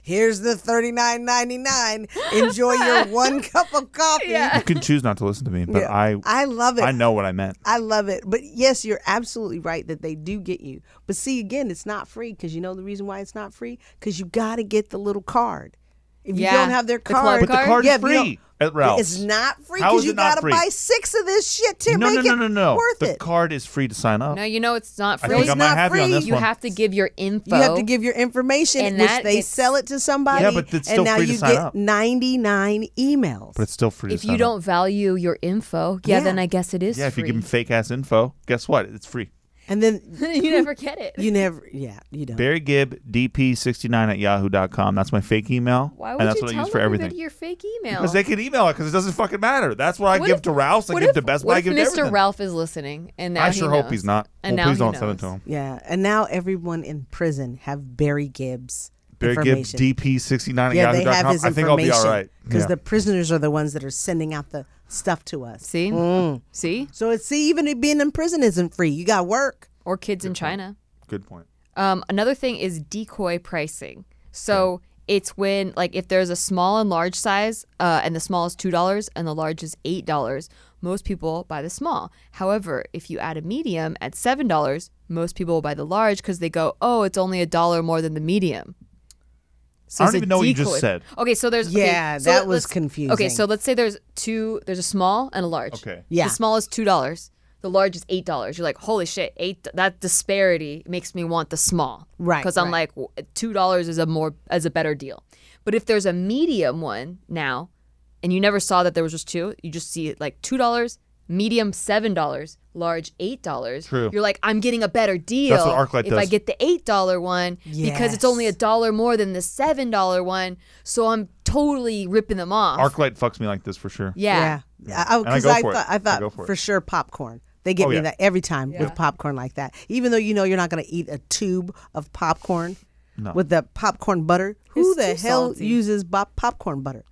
Speaker 2: Here's the thirty nine ninety nine. Enjoy your one cup of coffee.
Speaker 3: Yeah.
Speaker 1: You can choose not to listen to me, but
Speaker 2: Yeah.
Speaker 1: I,
Speaker 2: I love it.
Speaker 1: I know what I meant.
Speaker 2: I love it. But yes, you're absolutely right that they do get you. But see, again, it's not free because you know the reason why it's not free? Because you got to get the little card. If
Speaker 3: Yeah,
Speaker 2: you don't have their
Speaker 3: the club
Speaker 2: card,
Speaker 1: But the
Speaker 3: Card?
Speaker 1: card
Speaker 2: Yeah,
Speaker 1: is
Speaker 2: but you
Speaker 1: free at Ralph's.
Speaker 2: it's not free
Speaker 1: How
Speaker 2: because
Speaker 1: is
Speaker 2: you
Speaker 1: it not
Speaker 2: got to
Speaker 1: free?
Speaker 2: buy six of this shit to
Speaker 1: no,
Speaker 2: make
Speaker 1: no, no, no,
Speaker 2: it
Speaker 1: no.
Speaker 2: worth
Speaker 1: the
Speaker 2: it.
Speaker 1: card is free to sign up.
Speaker 3: No, you know it's not
Speaker 1: I
Speaker 3: free.
Speaker 1: think I
Speaker 2: it's
Speaker 1: might
Speaker 2: not
Speaker 1: have you on
Speaker 2: free.
Speaker 1: this
Speaker 3: you
Speaker 1: one.
Speaker 3: have to give your info.
Speaker 2: you have to give your information,
Speaker 3: And
Speaker 2: which
Speaker 3: that
Speaker 2: they
Speaker 3: is-
Speaker 2: sell it to somebody.
Speaker 1: Yeah, but it's still
Speaker 2: and now
Speaker 1: free to
Speaker 2: you
Speaker 1: sign
Speaker 2: get
Speaker 1: up.
Speaker 2: 99 emails.
Speaker 1: but it's still free. to
Speaker 3: if
Speaker 1: sign
Speaker 3: you
Speaker 1: up.
Speaker 3: don't value your info, yeah,
Speaker 2: Yeah.
Speaker 3: then I guess it is.
Speaker 1: yeah, if you
Speaker 3: free.
Speaker 1: give them fake ass info, guess what? It's free.
Speaker 2: and then
Speaker 3: you never get it.
Speaker 2: you never, yeah, you don't.
Speaker 1: Barry Gibb, DP69 at yahoo.com. That's my fake email.
Speaker 3: Why
Speaker 1: and
Speaker 3: would
Speaker 1: that's
Speaker 3: you
Speaker 1: what I
Speaker 3: tell
Speaker 1: use for
Speaker 3: everybody
Speaker 1: everything.
Speaker 3: your fake email?
Speaker 1: Because they can email it because it doesn't fucking matter. That's what I
Speaker 3: What
Speaker 1: give
Speaker 3: if-
Speaker 1: to Ralph's. I
Speaker 3: what
Speaker 1: give
Speaker 3: if-
Speaker 1: to Best
Speaker 3: what
Speaker 1: Buy. I
Speaker 3: if
Speaker 1: give to
Speaker 3: Mr.
Speaker 1: everything.
Speaker 3: Ralph is listening, and now
Speaker 1: I
Speaker 3: he
Speaker 1: sure hope
Speaker 3: knows.
Speaker 1: he's not.
Speaker 3: And
Speaker 1: well,
Speaker 3: now
Speaker 1: please
Speaker 3: he
Speaker 1: don't send it
Speaker 3: knows.
Speaker 1: to him.
Speaker 2: Yeah, and now everyone in prison have Barry Gibbs.
Speaker 1: Barry Gibb,
Speaker 2: information.
Speaker 1: DP69 at
Speaker 2: Yeah, they
Speaker 1: yahoo.com.
Speaker 2: have his
Speaker 1: I think I'll be
Speaker 2: information
Speaker 1: all right.
Speaker 2: because
Speaker 1: Yeah.
Speaker 2: the prisoners are the ones that are sending out the stuff to us.
Speaker 3: See, see,
Speaker 2: So it's see, even it being in prison isn't free. You got work.
Speaker 3: or kids in China.
Speaker 1: Good point.
Speaker 3: Um, another thing is decoy pricing. So it's when like if there's a small and large size, uh, and the small is two dollars and the large is eight dollars, most people buy the small. However, if you add a medium at seven dollars, most people will buy the large because they go, oh, it's only a dollar more than the medium. So
Speaker 1: I don't
Speaker 3: it's a
Speaker 1: even know what you just
Speaker 3: decoy.
Speaker 1: said.
Speaker 3: Okay, so there's okay,
Speaker 2: Yeah,
Speaker 3: so
Speaker 2: that was
Speaker 3: let's- Okay,
Speaker 2: confusing.
Speaker 3: so let's say there's two. There's a small and a large.
Speaker 1: Okay.
Speaker 2: Yeah.
Speaker 3: The small is two dollars. The large is eight dollars. You're like, holy shit, eight. That disparity makes me want the small,
Speaker 2: Right,
Speaker 3: Because I'm like, w- two dollars is a more as a better deal. But if there's a medium one now, and you never saw that there was just two, you just see it like two dollars, medium seven dollars, large eight dollars.
Speaker 1: True.
Speaker 3: You're like, I'm getting a better deal
Speaker 1: what ArcLight
Speaker 3: if I
Speaker 1: does.
Speaker 3: get the eight dollar one because it's only a
Speaker 2: Yes.
Speaker 3: dollar more than the seven dollar one. So I'm totally ripping them off.
Speaker 1: Arclight fucks me like this for sure.
Speaker 3: yeah.
Speaker 2: Yeah. I- I-
Speaker 1: And I
Speaker 2: 'cause
Speaker 1: go
Speaker 2: I,
Speaker 1: for it.
Speaker 2: thought I
Speaker 1: I
Speaker 2: thought
Speaker 1: go
Speaker 2: for,
Speaker 1: for it.
Speaker 2: sure popcorn. They get
Speaker 1: Oh,
Speaker 2: me
Speaker 1: yeah.
Speaker 2: that every time with popcorn like that. Even though you know you're not going to eat a tube of popcorn with the popcorn butter. Who
Speaker 3: It's
Speaker 2: the
Speaker 3: too
Speaker 2: hell
Speaker 3: salty.
Speaker 2: uses bop- popcorn butter?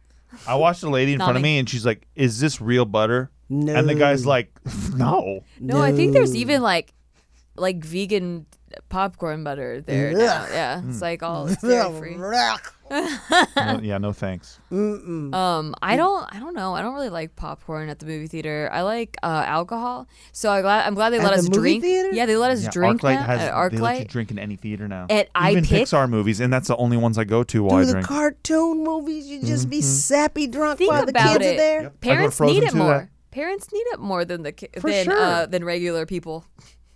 Speaker 1: I watched a lady in front of
Speaker 3: me.
Speaker 1: me and she's like, Is this real butter?
Speaker 2: No.
Speaker 1: And the guy's like, No.
Speaker 3: No, I think there's even like like vegan popcorn butter there. Now. Yeah,
Speaker 1: Hmm.
Speaker 3: it's like all dairy free.
Speaker 1: No, yeah, no thanks.
Speaker 3: Um, I don't, I don't know. I don't really like popcorn at the movie theater. I like uh, alcohol. So I glad, I'm glad they let
Speaker 2: the
Speaker 3: us
Speaker 2: movie
Speaker 3: drink.
Speaker 2: theater?
Speaker 3: Yeah, they let us
Speaker 1: Yeah,
Speaker 3: drink
Speaker 1: ArcLight
Speaker 3: now
Speaker 1: has
Speaker 3: at
Speaker 1: they let you
Speaker 3: ArcLight.
Speaker 1: drink in any theater now.
Speaker 3: At
Speaker 1: Even
Speaker 3: iPic?
Speaker 1: Pixar movies, and that's the only ones I go to while
Speaker 2: Through
Speaker 1: I
Speaker 2: the
Speaker 1: drink. Mm-hmm.
Speaker 2: cartoon movies, you just be sappy drunk
Speaker 3: Think
Speaker 2: while the
Speaker 3: about
Speaker 2: kids
Speaker 3: it.
Speaker 2: are there.
Speaker 1: Yep. I go to
Speaker 3: Parents
Speaker 1: Frozen
Speaker 3: need it
Speaker 1: too,
Speaker 3: more.
Speaker 1: that-
Speaker 3: Parents need it more than the ki-
Speaker 1: For
Speaker 3: than
Speaker 1: sure.
Speaker 3: uh, than regular people.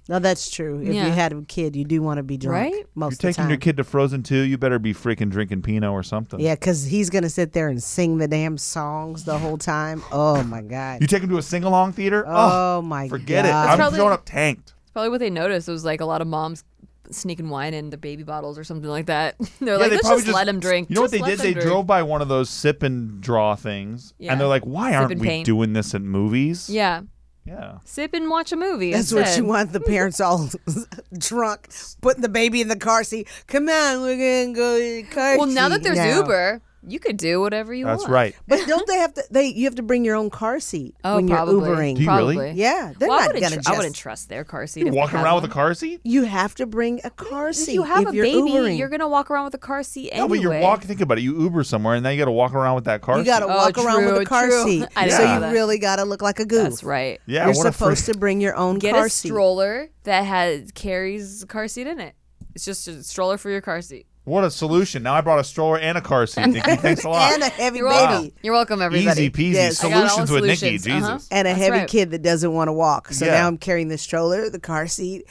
Speaker 2: No, that's true. If
Speaker 3: Yeah.
Speaker 2: you had a kid, you do want to be drunk
Speaker 3: Right?
Speaker 2: most
Speaker 1: You're
Speaker 2: of the
Speaker 1: taking
Speaker 2: time.
Speaker 1: your kid to Frozen 2, you better be freaking drinking Pinot or something.
Speaker 2: Yeah, because he's gonna sit there and sing the damn songs the whole time. Oh my
Speaker 1: You
Speaker 2: god.
Speaker 1: take him to a sing along theater?
Speaker 2: Oh my
Speaker 1: forget
Speaker 2: god.
Speaker 1: it. I'm
Speaker 3: probably-
Speaker 1: showing up tanked.
Speaker 3: It's probably what they noticed. It was like a lot of moms sneaking wine in the baby bottles or something like that. They're
Speaker 1: Yeah,
Speaker 3: like,
Speaker 1: they
Speaker 3: let's
Speaker 1: probably
Speaker 3: just, let them drink.
Speaker 1: You know what
Speaker 3: Just
Speaker 1: they
Speaker 3: let
Speaker 1: did?
Speaker 3: them
Speaker 1: They
Speaker 3: drink.
Speaker 1: drove by one of those sip and draw things,
Speaker 3: Yeah.
Speaker 1: and they're like, "Why aren't
Speaker 3: and
Speaker 1: we
Speaker 3: paint.
Speaker 1: doing this in movies?"
Speaker 3: Yeah,
Speaker 1: yeah.
Speaker 3: sip and watch a movie.
Speaker 2: That's what
Speaker 3: instead.
Speaker 2: you want the parents all drunk, putting the baby in the car seat. Come on, we're gonna go to the car
Speaker 3: Well, now that
Speaker 2: seat
Speaker 3: there's
Speaker 2: now."
Speaker 3: Uber, you could do whatever you
Speaker 1: That's
Speaker 3: want.
Speaker 1: right.
Speaker 2: But don't they have to they you have to bring your own car seat
Speaker 3: Oh,
Speaker 2: when you're
Speaker 3: probably.
Speaker 2: Ubering.
Speaker 1: Do you really?
Speaker 3: probably.
Speaker 2: Yeah. They're
Speaker 3: Well, I
Speaker 2: not
Speaker 3: wouldn't
Speaker 2: gonna
Speaker 3: tr-
Speaker 2: just
Speaker 3: I wouldn't trust their car seat. if
Speaker 1: You're
Speaker 3: they
Speaker 1: walking
Speaker 3: had
Speaker 1: around
Speaker 3: one.
Speaker 1: with a car seat.
Speaker 2: you have to bring a car
Speaker 3: If
Speaker 2: seat
Speaker 3: you have
Speaker 2: if
Speaker 3: a
Speaker 2: you're
Speaker 3: baby,
Speaker 2: Ubering.
Speaker 3: you're gonna walk around with a car seat anyway.
Speaker 1: No, but you're walking. Think about it. You Uber somewhere, and then you got to walk around with that car.
Speaker 2: you gotta
Speaker 1: seat.
Speaker 3: Oh,
Speaker 2: walk around with
Speaker 3: true,
Speaker 2: a car
Speaker 3: true.
Speaker 2: seat.
Speaker 3: I
Speaker 1: didn't
Speaker 2: so
Speaker 1: know
Speaker 2: you
Speaker 3: that.
Speaker 2: really gotta look like a goof.
Speaker 3: That's right.
Speaker 1: Yeah,
Speaker 2: you're
Speaker 1: what a
Speaker 2: supposed
Speaker 1: freak.
Speaker 2: to bring your own
Speaker 3: Get
Speaker 2: car
Speaker 3: a
Speaker 2: seat.
Speaker 3: stroller that has carries a car seat in it. It's just a stroller for your car seat.
Speaker 1: What a solution! Now I brought a stroller and a car seat. Nikki, thanks a lot.
Speaker 2: and a heavy
Speaker 3: You're
Speaker 2: baby.
Speaker 3: welcome. You're welcome, everybody.
Speaker 1: Easy peasy
Speaker 2: Yes. I
Speaker 3: got all
Speaker 1: solutions
Speaker 3: the
Speaker 1: with Nikki.
Speaker 3: solutions, uh-huh.
Speaker 1: Jesus.
Speaker 2: and a
Speaker 3: That's
Speaker 2: heavy
Speaker 3: right.
Speaker 2: kid that doesn't want to walk. So
Speaker 1: Yeah.
Speaker 2: now I'm carrying the stroller, the car seat,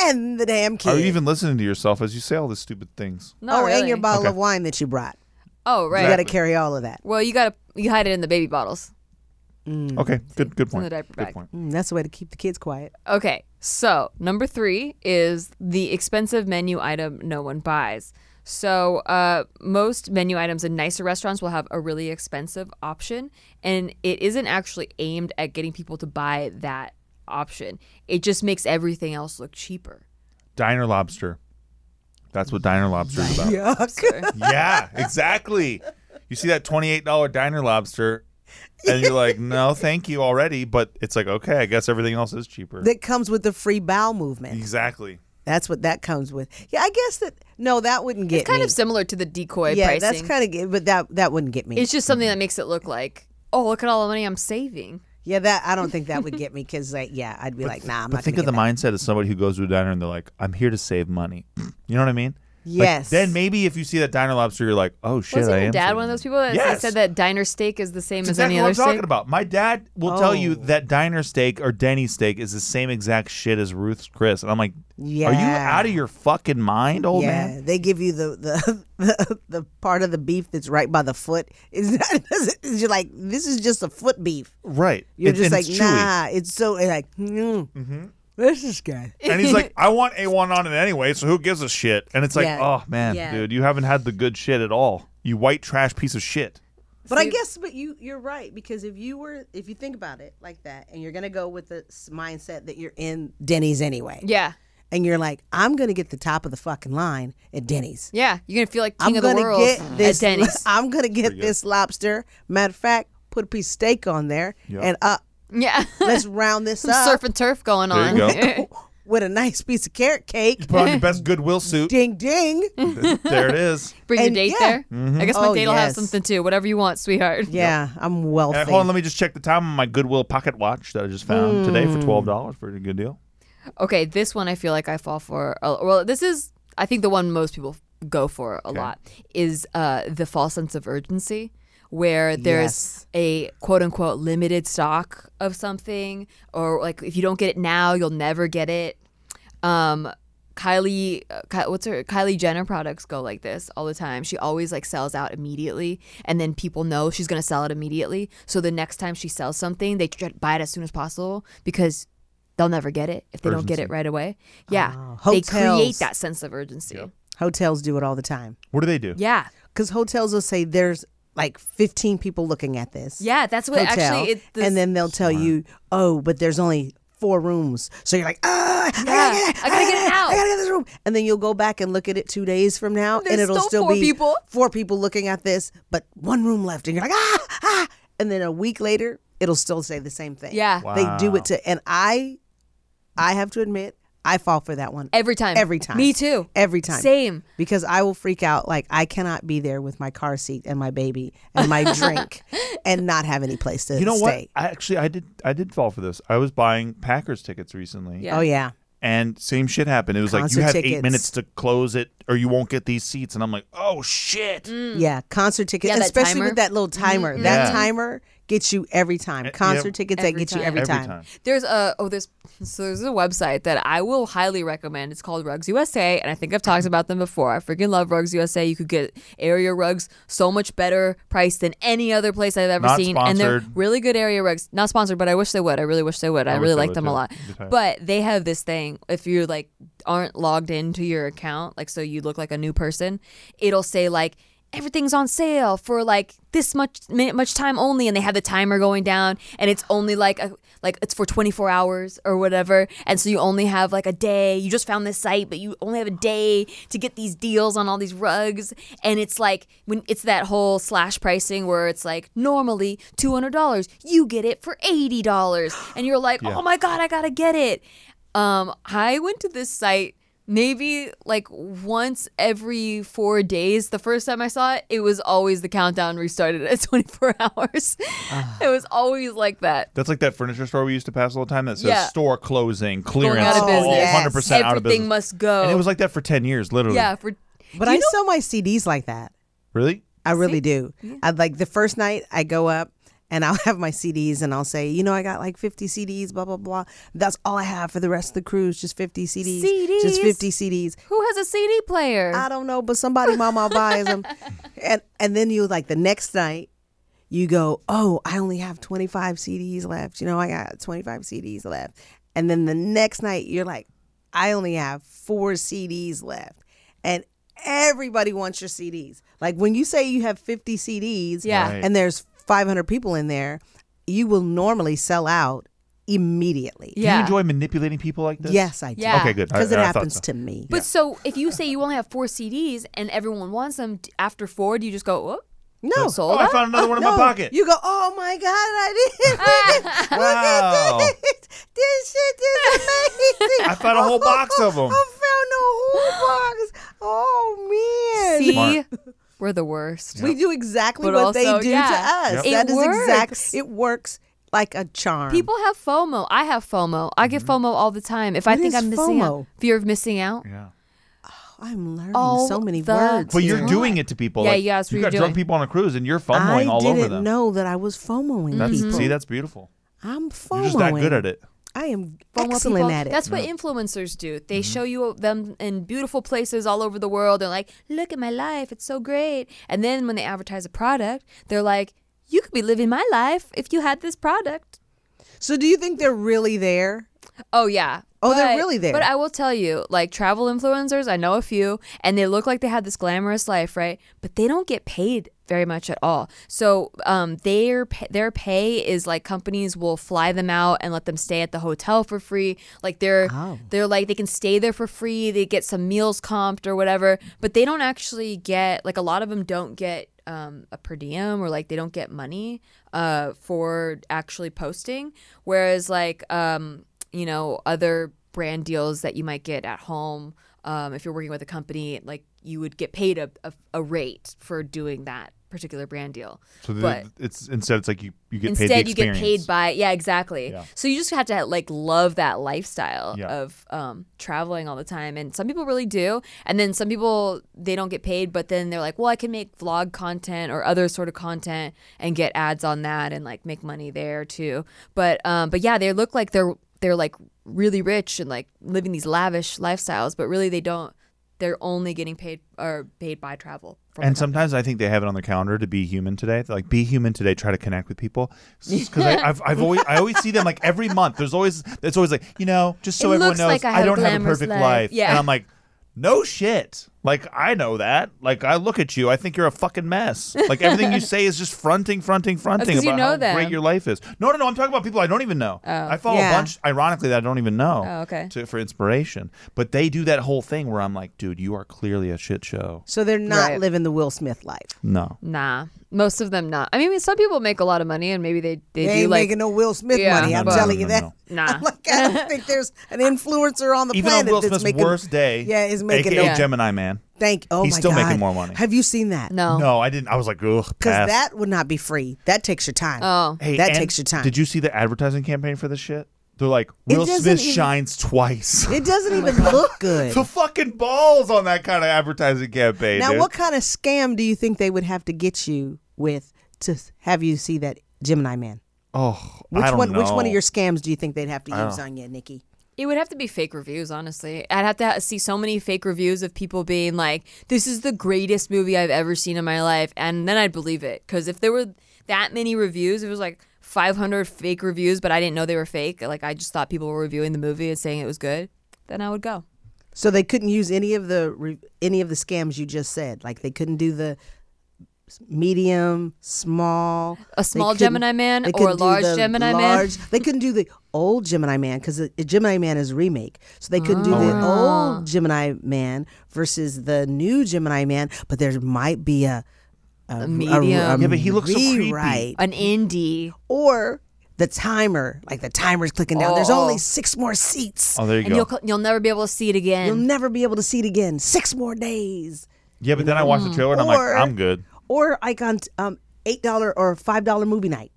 Speaker 2: and the damn kid.
Speaker 3: Uh-huh.
Speaker 1: Are you even listening to yourself as you say all these stupid things?
Speaker 3: Not
Speaker 2: oh,
Speaker 3: really.
Speaker 2: and your bottle
Speaker 1: Okay.
Speaker 2: of wine that you brought.
Speaker 3: Oh, right.
Speaker 2: You got to
Speaker 1: Exactly.
Speaker 2: carry all of that.
Speaker 3: Well, you gotta you hide it in the baby bottles.
Speaker 1: Okay, good, good
Speaker 3: in
Speaker 1: point.
Speaker 3: the diaper
Speaker 1: Good
Speaker 3: bag.
Speaker 1: point.
Speaker 2: Mm, that's the way to keep the kids quiet.
Speaker 3: Okay, so number three is the expensive menu item no one buys. So uh, most menu items in nicer restaurants will have a really expensive option, and it isn't actually aimed at getting people to buy that option. It just makes everything else look cheaper.
Speaker 1: Diner lobster. That's what diner lobster is about.
Speaker 2: Yuck.
Speaker 3: Sure.
Speaker 1: yeah, exactly. You see that twenty-eight dollar diner lobster, and you're like, no, thank you already. But it's like, okay, I guess everything else is cheaper.
Speaker 2: that comes with the free bowel movement.
Speaker 1: exactly.
Speaker 2: That's what that comes with. Yeah, I guess that no, that wouldn't get
Speaker 3: kind
Speaker 2: me.
Speaker 3: of similar to the decoy
Speaker 2: yeah,
Speaker 3: pricing.
Speaker 2: that's kind of but that that wouldn't get me.
Speaker 3: it's just something that makes it look like, oh, look at all the money I'm saving.
Speaker 2: yeah, that I don't think that would get me because like yeah, I'd be like nah, I'm
Speaker 1: But
Speaker 2: not.
Speaker 1: think
Speaker 2: gonna
Speaker 1: of the
Speaker 2: get that.
Speaker 1: mindset of somebody who goes to a diner and they're like, I'm here to save money. You know what I mean? Like,
Speaker 2: Yes.
Speaker 1: then maybe if you see that diner lobster, you're like, oh shit,
Speaker 3: Wasn't
Speaker 1: I
Speaker 3: your
Speaker 1: am
Speaker 3: dad
Speaker 1: saving
Speaker 3: one of those
Speaker 1: money.
Speaker 3: people that
Speaker 1: Yes.
Speaker 3: said that diner steak is the same
Speaker 1: That's
Speaker 3: as
Speaker 1: exactly
Speaker 3: any
Speaker 1: what
Speaker 3: other
Speaker 1: I'm talking
Speaker 3: steak?
Speaker 1: about. My dad will tell you
Speaker 2: Oh.
Speaker 1: that diner steak or Denny's steak is the same exact shit as Ruth's Chris, and I'm like,
Speaker 2: Yeah.
Speaker 1: are you out of your fucking mind, old
Speaker 2: yeah,
Speaker 1: man?
Speaker 2: they give you the, the the the part of the beef that's right by the foot. It's not. It's, you're like this is just a foot beef.
Speaker 1: Right.
Speaker 2: You're
Speaker 1: It's-
Speaker 2: just
Speaker 1: and
Speaker 2: like
Speaker 1: it's chewy. Mm-hmm.
Speaker 2: nah. It's so it's like mm, this is good.
Speaker 1: And he's like, I want A1 on it anyway, so who gives a shit? And it's like,
Speaker 2: Yeah.
Speaker 1: oh man,
Speaker 2: Yeah.
Speaker 1: dude, you haven't had the good shit at all. You white trash piece of shit.
Speaker 2: But I guess, but you you're right because if you were if you think about it like that, and you're gonna go with the s- mindset that you're in Denny's anyway,
Speaker 3: Yeah.
Speaker 2: and you're like, I'm gonna get the top of the fucking line at Denny's.
Speaker 3: Yeah. You're going to feel like
Speaker 2: I'm
Speaker 3: king of the
Speaker 2: gonna
Speaker 3: world
Speaker 2: get this.
Speaker 3: at Denny's.
Speaker 2: I'm gonna get this lobster. Matter of fact, put a piece of steak on there, and uh,
Speaker 3: yeah.
Speaker 2: let's round this
Speaker 3: Some
Speaker 2: up
Speaker 3: surf and turf going
Speaker 1: There
Speaker 3: on.
Speaker 1: you
Speaker 2: with a nice piece of carrot cake.
Speaker 1: Put on your best Goodwill suit.
Speaker 2: Ding ding.
Speaker 1: there it is.
Speaker 3: Bring
Speaker 2: And
Speaker 3: your date
Speaker 2: yeah.
Speaker 3: there.
Speaker 1: Mm-hmm.
Speaker 3: I guess my
Speaker 2: Oh,
Speaker 3: date will have
Speaker 2: yes.
Speaker 3: something too. Whatever you want, sweetheart.
Speaker 2: Yeah, I'm
Speaker 1: Uh,
Speaker 2: wealthy.
Speaker 1: hold on, let me just check the time on my Goodwill pocket watch that I just found today
Speaker 2: Hmm.
Speaker 1: for twelve dollars. Pretty good deal.
Speaker 3: Okay, this one I feel like I fall for. a- Well, this is I think the one most people go for a lot is uh, the false sense of urgency, where there's
Speaker 2: Yes.
Speaker 3: a quote unquote limited stock of something, or like if you don't get it now, you'll never get it. Um, Kylie, uh, Ky- what's her Kylie Jenner products go like this all the time. She always like sells out immediately, and then people know she's gonna sell it immediately. So the next time she sells something, they try to buy it as soon as possible because they'll never get it if they don't get it right away. Yeah, they create
Speaker 2: Ah, Hotels.
Speaker 3: that sense of urgency.
Speaker 2: Hotels do it all the time
Speaker 1: What do they do?
Speaker 3: Yeah,
Speaker 2: because hotels will say there's like 15 people looking at this.
Speaker 3: yeah, that's what
Speaker 2: hotel,
Speaker 3: actually. It, this,
Speaker 2: and then they'll tell you, oh, but there's only four rooms. So you're like, ah, I, gotta
Speaker 3: Yeah,
Speaker 2: get it,
Speaker 3: I gotta get it out."
Speaker 2: I gotta get this room. And then you'll go back and look at it two days from now,
Speaker 3: There's
Speaker 2: and it'll
Speaker 3: still
Speaker 2: still
Speaker 3: four
Speaker 2: be
Speaker 3: people.
Speaker 2: four people looking at this, but one room left, and you're like, ah, ah. And then a week later, it'll still say the same thing.
Speaker 3: Yeah.
Speaker 2: they do it to, and I, I have to admit, I fall for that one
Speaker 3: every time,
Speaker 2: every time.
Speaker 3: me too,
Speaker 2: Every time
Speaker 3: same.
Speaker 2: because I will freak out. Like I cannot be there with my car seat and my baby and my drink and not have any place to
Speaker 1: You know what?
Speaker 2: stay.
Speaker 1: I actually I did I did fall for this. I was buying Packers tickets recently.
Speaker 3: Yeah.
Speaker 2: Oh yeah,
Speaker 1: And same shit happened. It was like
Speaker 2: Concert
Speaker 1: you have eight
Speaker 2: tickets.
Speaker 1: minutes to close it or you won't get these seats. And I'm like, oh shit.
Speaker 2: yeah. Concert tickets,
Speaker 3: Mm. Yeah, that
Speaker 2: especially
Speaker 3: timer.
Speaker 2: with that little timer.
Speaker 1: Yeah.
Speaker 2: That timer gets you every time.
Speaker 1: yeah.
Speaker 2: Concert tickets that
Speaker 3: Every
Speaker 2: get you
Speaker 3: time.
Speaker 2: every
Speaker 1: Every
Speaker 2: time.
Speaker 1: time.
Speaker 3: There's a oh there's so there's a website that I will highly recommend. It's called Rugs USA, and I think I've talked about them before. I freaking love Rugs USA. You could get area rugs so much better price than any other place I've ever
Speaker 1: Not
Speaker 3: seen, and they're
Speaker 1: sponsored.
Speaker 3: really good area rugs. Not sponsored, but I wish they would. I really wish they would. I,
Speaker 1: wish
Speaker 3: really
Speaker 1: they
Speaker 3: like
Speaker 1: would,
Speaker 3: them
Speaker 1: too.
Speaker 3: a lot.
Speaker 1: Good time.
Speaker 3: But they have this thing if you like aren't logged into your account, like so you look like a new person, it'll say like everything's on sale for like this much minute much time only and they have the timer going down and it's only like a, like it's for 24 hours or whatever and so you only have like a day you just found this site but you only have a day to get these deals on all these rugs and it's like when it's that whole slash pricing where it's like normally $200 you get it for $80 and you're like oh my god I got to get it um, I went to this site maybe like once every four days. The first time I saw it, it was always the countdown restarted at 24 hours.
Speaker 1: Ah.
Speaker 3: it was always like that.
Speaker 1: That's like that furniture store we used to pass all the time that says
Speaker 3: Yeah.
Speaker 1: store closing, clearance,
Speaker 3: Going out of
Speaker 2: Oh,
Speaker 3: business.
Speaker 2: yes.
Speaker 1: 100% out of business.
Speaker 3: Everything must go.
Speaker 1: And it was like that for 10 years, literally.
Speaker 3: yeah, for
Speaker 2: But I sell my CDs like that.
Speaker 1: Really?
Speaker 2: I really do. I like the first night I go up and I'll have my CDs and I'll say, you know, I got like 50 CDs, blah blah blah. That's all I have for the rest of the cruise, just 50 CDs, just
Speaker 3: CDs?
Speaker 2: 50 CDs.
Speaker 3: who has a CD player?
Speaker 2: I don't know, but somebody mama buys them. And and then you like the next night, you go, oh, I only have 25 CDs left. You know, I got 25 CDs left. And then the next night, you're like, I only have four CDs left. And everybody wants your CDs. Like when you say you have 50 CDs,
Speaker 3: Yeah.
Speaker 1: Right.
Speaker 2: and there's 500 people in there, you will normally sell out immediately.
Speaker 1: Do you
Speaker 3: yeah.
Speaker 1: enjoy manipulating people like this?
Speaker 2: Yes, I do.
Speaker 3: Yeah.
Speaker 1: Okay, good. Oh, I-
Speaker 2: Because it
Speaker 1: I thought
Speaker 2: happens
Speaker 1: so.
Speaker 2: to me.
Speaker 3: but so if you say you only have four CDs and everyone wants them d- after four, do you just go, oh,
Speaker 2: No.
Speaker 3: Sold
Speaker 1: Oh, I
Speaker 3: out?
Speaker 1: found another one in
Speaker 2: no.
Speaker 1: my pocket.
Speaker 2: You go, oh my God, I did. it. Look
Speaker 3: Oh.
Speaker 1: Wow.
Speaker 2: at this. This shit is amazing.
Speaker 1: I found a whole box of 'em.
Speaker 2: I found a whole box. Oh, man.
Speaker 3: See,
Speaker 1: Smart.
Speaker 3: we're the worst.
Speaker 2: We do exactly
Speaker 3: But
Speaker 2: what they
Speaker 3: also,
Speaker 2: do
Speaker 3: yeah,
Speaker 2: to us.
Speaker 1: Yep.
Speaker 2: That
Speaker 3: it
Speaker 2: is
Speaker 3: works.
Speaker 2: exact. It works like a charm.
Speaker 3: People have FOMO. I have FOMO. I get FOMO all the time. If I
Speaker 2: What
Speaker 3: think
Speaker 2: is
Speaker 3: I'm missing
Speaker 2: FOMO?
Speaker 3: out, fear of missing out.
Speaker 1: Yeah.
Speaker 2: I'm learning
Speaker 3: all
Speaker 2: so many
Speaker 3: the
Speaker 2: words.
Speaker 1: But you're
Speaker 2: here.
Speaker 3: Yeah.
Speaker 1: doing it to people.
Speaker 3: Yeah,
Speaker 1: like,
Speaker 3: yeah, that's what
Speaker 1: you
Speaker 3: you're
Speaker 1: got drunk
Speaker 3: doing.
Speaker 1: people on a cruise, and you're
Speaker 2: I
Speaker 1: fumbling all
Speaker 2: didn't
Speaker 1: over them.
Speaker 2: know that I was FOMOing
Speaker 1: That's
Speaker 2: people.
Speaker 1: see, that's beautiful.
Speaker 2: I'm FOMOing.
Speaker 1: You're just that good at it.
Speaker 2: I am
Speaker 3: FOMO
Speaker 2: excellent
Speaker 3: people.
Speaker 2: at it.
Speaker 3: That's what influencers do. They show you them in beautiful places all over the world. They're like, look at my life. It's so great. And then when they advertise a product, they're like, you could be living my life if you had this product.
Speaker 2: so do you think they're really there?
Speaker 3: Oh, yeah.
Speaker 2: Oh, they're really there.
Speaker 3: But I will tell you, like travel influencers, I know a few, and they look like they have this glamorous life, right? But they don't get paid very much at all. So um, their pa- their pay is like companies will fly them out and let them stay at the hotel for free. Like they're
Speaker 2: Oh.
Speaker 3: they're like they can stay there for free. They get some meals comped or whatever, but they don't actually get like a lot of them don't get um, a per diem or like they don't get money uh, for actually posting. Whereas like um, you know other brand deals that you might get at home um, if you're working with a company, like you would get paid a, a, a rate for doing that particular brand deal.
Speaker 1: So the-
Speaker 3: But-
Speaker 1: it's instead, it's like you you get paid.
Speaker 3: Instead,
Speaker 1: the
Speaker 3: you get
Speaker 1: experience.
Speaker 3: paid by yeah, exactly.
Speaker 1: Yeah.
Speaker 3: So you just have to like love that lifestyle
Speaker 1: Yeah.
Speaker 3: of um, traveling all the time, and some people really do, and then some people they don't get paid, but then they're like, well, I can make vlog content or other sort of content and get ads on that and like make money there too. But um, but yeah, they look like they're they're like really rich and like living these lavish lifestyles, but really they don't. They're only getting paid or paid by travel. from
Speaker 1: And
Speaker 3: the company.
Speaker 1: sometimes I think they have it on their calendar to be human today. They're like, be human today. Try to connect with people because I've, I've always I always see them like every month. There's always it's always like you know just so
Speaker 3: It
Speaker 1: everyone
Speaker 3: looks
Speaker 1: knows
Speaker 3: like I have a
Speaker 1: don't have a
Speaker 3: glamorous
Speaker 1: perfect
Speaker 3: life."
Speaker 1: life.
Speaker 3: Yeah.
Speaker 1: And I'm like, no shit. Like I know that. Like I look at you. I think you're a fucking mess. Like everything you say is just fronting, fronting, fronting
Speaker 3: Oh, 'cause
Speaker 1: about
Speaker 3: you know
Speaker 1: how
Speaker 3: them.
Speaker 1: great your life is. No, no, no. I'm talking about people I don't even know. I follow
Speaker 2: Yeah.
Speaker 1: a bunch, ironically, that I don't even know.
Speaker 3: Oh, okay.
Speaker 1: To, for inspiration, but they do that whole thing where I'm like, dude, you are clearly a shit show.
Speaker 2: So they're not
Speaker 3: Right.
Speaker 2: living the Will Smith life.
Speaker 1: No.
Speaker 3: Nah, most of them not. I mean, some people make a lot of money, and maybe they
Speaker 2: They
Speaker 3: they, do
Speaker 2: ain't
Speaker 3: like
Speaker 2: making no Will Smith
Speaker 3: Yeah.
Speaker 2: money.
Speaker 3: No,
Speaker 2: I'm
Speaker 3: no,
Speaker 2: telling
Speaker 1: no,
Speaker 2: you
Speaker 1: no,
Speaker 2: that.
Speaker 1: no.
Speaker 3: nah.
Speaker 2: Like I don't think there's an influencer on the
Speaker 1: even on
Speaker 2: planet
Speaker 1: Will
Speaker 2: that's
Speaker 1: Smith's
Speaker 2: making
Speaker 1: worst day,
Speaker 2: Yeah, is making
Speaker 1: AKA
Speaker 3: no-
Speaker 1: Gemini Man.
Speaker 2: thank. Oh
Speaker 1: He's
Speaker 2: my
Speaker 1: still
Speaker 2: god,
Speaker 1: making more money.
Speaker 2: Have you seen that?
Speaker 3: No.
Speaker 1: No, I didn't. I was like, ugh,
Speaker 2: because
Speaker 1: pass.
Speaker 2: Oh. that would not be free. That takes your time.
Speaker 3: Oh.
Speaker 1: Hey,
Speaker 2: that
Speaker 1: and
Speaker 2: takes your time.
Speaker 1: Did you see the advertising campaign for this shit? They're like, Will
Speaker 2: doesn't
Speaker 1: Smith
Speaker 2: even-
Speaker 1: shines twice.
Speaker 2: It doesn't
Speaker 1: Oh
Speaker 2: even look good.
Speaker 1: the fucking balls on that kind of advertising campaign.
Speaker 2: Now,
Speaker 1: dude.
Speaker 2: what kind of scam do you think they would have to get you with to s- have you see that Gemini man?
Speaker 1: Oh,
Speaker 2: Which
Speaker 1: I don't
Speaker 2: one? Which one
Speaker 1: know.
Speaker 2: of your scams do you think they'd have to use on you, Nikki?
Speaker 3: It would have to be fake reviews, honestly. I'd have to see so many fake reviews of people being like, "This is the greatest movie I've ever seen in my life," and then I'd believe it. Because if there were that many reviews, it was like 500 fake reviews, but I didn't know they were fake. Like I just thought people were reviewing the movie and saying it was good. Then I would go.
Speaker 2: So they couldn't use any of the re- any of the scams you just said. Like they couldn't do the s- medium, small, they
Speaker 3: A small
Speaker 2: couldn't-
Speaker 3: Gemini man
Speaker 2: they
Speaker 3: or
Speaker 2: couldn't
Speaker 3: a
Speaker 2: do
Speaker 3: large
Speaker 2: the
Speaker 3: Gemini man?
Speaker 2: large- They couldn't do the old Gemini man because Gemini man is a remake. So they couldn't do the
Speaker 3: Ah.
Speaker 2: old Gemini man versus the new Gemini man. But there might be a a,
Speaker 3: medium.
Speaker 1: Yeah, but he looks so creepy.
Speaker 2: rewrite
Speaker 3: An indie.
Speaker 2: or the timer, like the timer's clicking down. There's
Speaker 3: Oh.
Speaker 2: only six more seats.
Speaker 1: Oh, there you
Speaker 3: And
Speaker 1: go.
Speaker 3: you'll co- you'll never be able to see it again.
Speaker 2: You'll never be able to see it again. Six more days.
Speaker 1: yeah, but then I watched the trailer and I'm
Speaker 2: Or-
Speaker 1: like, I'm good.
Speaker 2: Or like on um, eight dollar or five dollar movie night.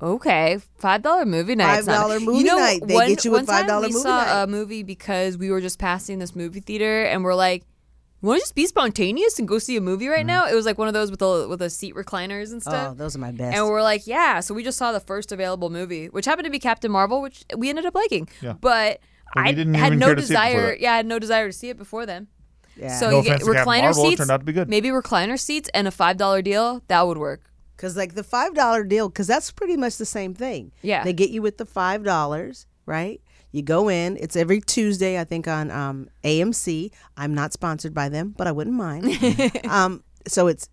Speaker 3: Okay, five dollar movie night. It's not-
Speaker 2: $5 movie
Speaker 3: you know,
Speaker 2: night. They
Speaker 3: one,
Speaker 2: get you with
Speaker 3: one time
Speaker 2: $5
Speaker 3: we
Speaker 2: movie
Speaker 3: saw
Speaker 2: night.
Speaker 3: a movie because we were just passing this movie theater and we're like, "Want to just be spontaneous and go see a movie right now?" It was like one of those with the with the seat recliners and
Speaker 2: Mm-hmm. Oh,
Speaker 3: stuff.
Speaker 2: those are my best.
Speaker 3: and we're like, "Yeah." So we just saw the first available movie, which happened to be Captain Marvel, which we ended up liking.
Speaker 1: Yeah.
Speaker 3: But
Speaker 1: But we
Speaker 3: I
Speaker 1: didn't
Speaker 3: had
Speaker 1: even
Speaker 3: no
Speaker 1: care to see it before
Speaker 3: desire.
Speaker 1: that.
Speaker 3: yeah, I had no desire to see it before then.
Speaker 2: yeah.
Speaker 3: So
Speaker 1: No
Speaker 3: you get
Speaker 1: offense to Captain
Speaker 3: recliner
Speaker 1: Marvel, it
Speaker 3: seats.
Speaker 1: turned out to be good.
Speaker 3: Maybe recliner seats and a five dollar deal that would work.
Speaker 2: Because like the five dollar deal, because that's pretty much the same thing.
Speaker 3: Yeah.
Speaker 2: they get you with the five dollars, right? You go in. It's every Tuesday, I think, on um, AMC. I'm not sponsored by them, but I wouldn't mind. um, so it's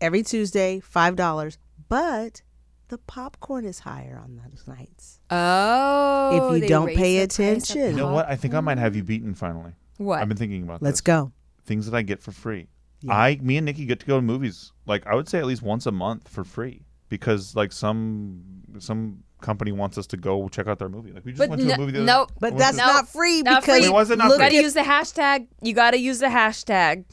Speaker 2: every Tuesday, five dollars, but the popcorn is higher on those nights.
Speaker 3: Oh,
Speaker 2: If you
Speaker 3: they
Speaker 2: don't
Speaker 3: raised
Speaker 2: pay
Speaker 3: the price of
Speaker 2: attention.
Speaker 1: You know what? I think I might have you beaten finally.
Speaker 3: What?
Speaker 1: I've been thinking about
Speaker 2: Uh-huh. Let's
Speaker 1: this.
Speaker 2: go.
Speaker 1: Things that I get for free. I, me and Nikki get to go to movies. Like I would say at least once a month for free because like some some company wants us to go check out their movie. Like we just
Speaker 3: But
Speaker 1: went to
Speaker 3: no-
Speaker 1: a movie. The other
Speaker 3: nope.
Speaker 2: But
Speaker 1: went
Speaker 2: that's
Speaker 1: to-
Speaker 2: not free
Speaker 5: Not
Speaker 2: because
Speaker 5: free. Wait,
Speaker 1: why is it not
Speaker 2: look
Speaker 1: free?
Speaker 5: Gotta
Speaker 2: at-
Speaker 5: use the hashtag. You gotta use the hashtag.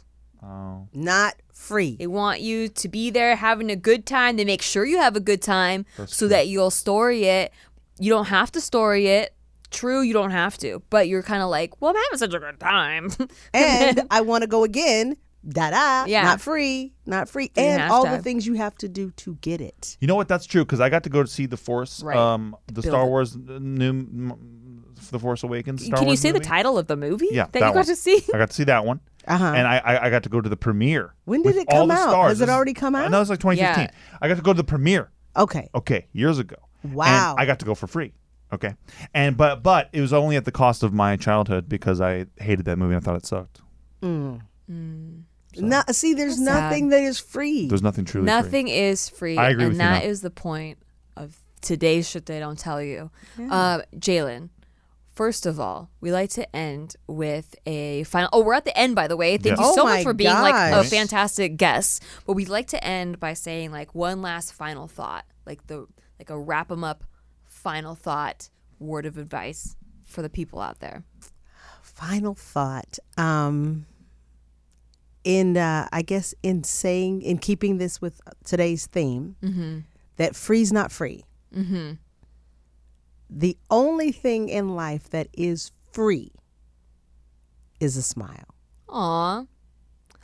Speaker 1: Oh.
Speaker 2: not free.
Speaker 3: They want you to be there having a good time. They make sure you have a good time so that you'll story it. You don't have to story it. True, you don't have to, but you're kind of like, well, I'm having such a good time.
Speaker 2: and I want to go again. Da da.
Speaker 3: Yeah.
Speaker 2: Not free. Not free.
Speaker 3: Free
Speaker 2: and all the
Speaker 3: hashtag.
Speaker 2: things you have to do to get it.
Speaker 1: You know what? That's true because I got to go to see the Force,
Speaker 3: Right.
Speaker 1: um, the
Speaker 3: Build
Speaker 1: Star
Speaker 3: it.
Speaker 1: Wars uh, new, m- the Force Awakens. Star
Speaker 5: Can you
Speaker 1: Wars
Speaker 5: say the
Speaker 1: movie.
Speaker 5: title of the movie
Speaker 1: Yeah,
Speaker 5: that, you
Speaker 1: that
Speaker 5: got
Speaker 1: one.
Speaker 5: to see?
Speaker 1: I got to see that one,
Speaker 2: Uh huh.
Speaker 1: and I, I I got to go to the premiere.
Speaker 2: When did
Speaker 1: with
Speaker 2: it come
Speaker 1: all the
Speaker 2: out?
Speaker 1: Stars.
Speaker 2: Has it
Speaker 1: This is-
Speaker 2: already come out?
Speaker 1: No, it's like 2015. I got to go to the premiere.
Speaker 2: Okay.
Speaker 1: Okay, years ago.
Speaker 2: Wow.
Speaker 1: And I got to go for free. Okay, and but but it was only at the cost of my childhood because I hated that movie. and I thought it sucked.
Speaker 2: No, see, there's nothing that is free.
Speaker 1: There's nothing truly. free.
Speaker 3: Nothing is free.
Speaker 1: I agree
Speaker 3: and
Speaker 1: with you,
Speaker 3: that
Speaker 1: Nat.
Speaker 3: is the point of today's shit they don't tell you. Uh, Jalen, first of all, we like to end with a final. Oh, we're at the end, by the way. Thank
Speaker 1: Yes.
Speaker 3: you
Speaker 2: Oh
Speaker 3: so
Speaker 2: my
Speaker 3: much for being like
Speaker 2: gosh.
Speaker 3: a fantastic guest. But we'd like to end by saying like one last final thought, like the like a wrap them up final thought word of advice for the people out there.
Speaker 2: final thought um in uh i guess in saying in keeping this with today's theme
Speaker 3: Mm-hmm.
Speaker 2: that free's not free the only thing in life that is free is a smile
Speaker 3: Aw.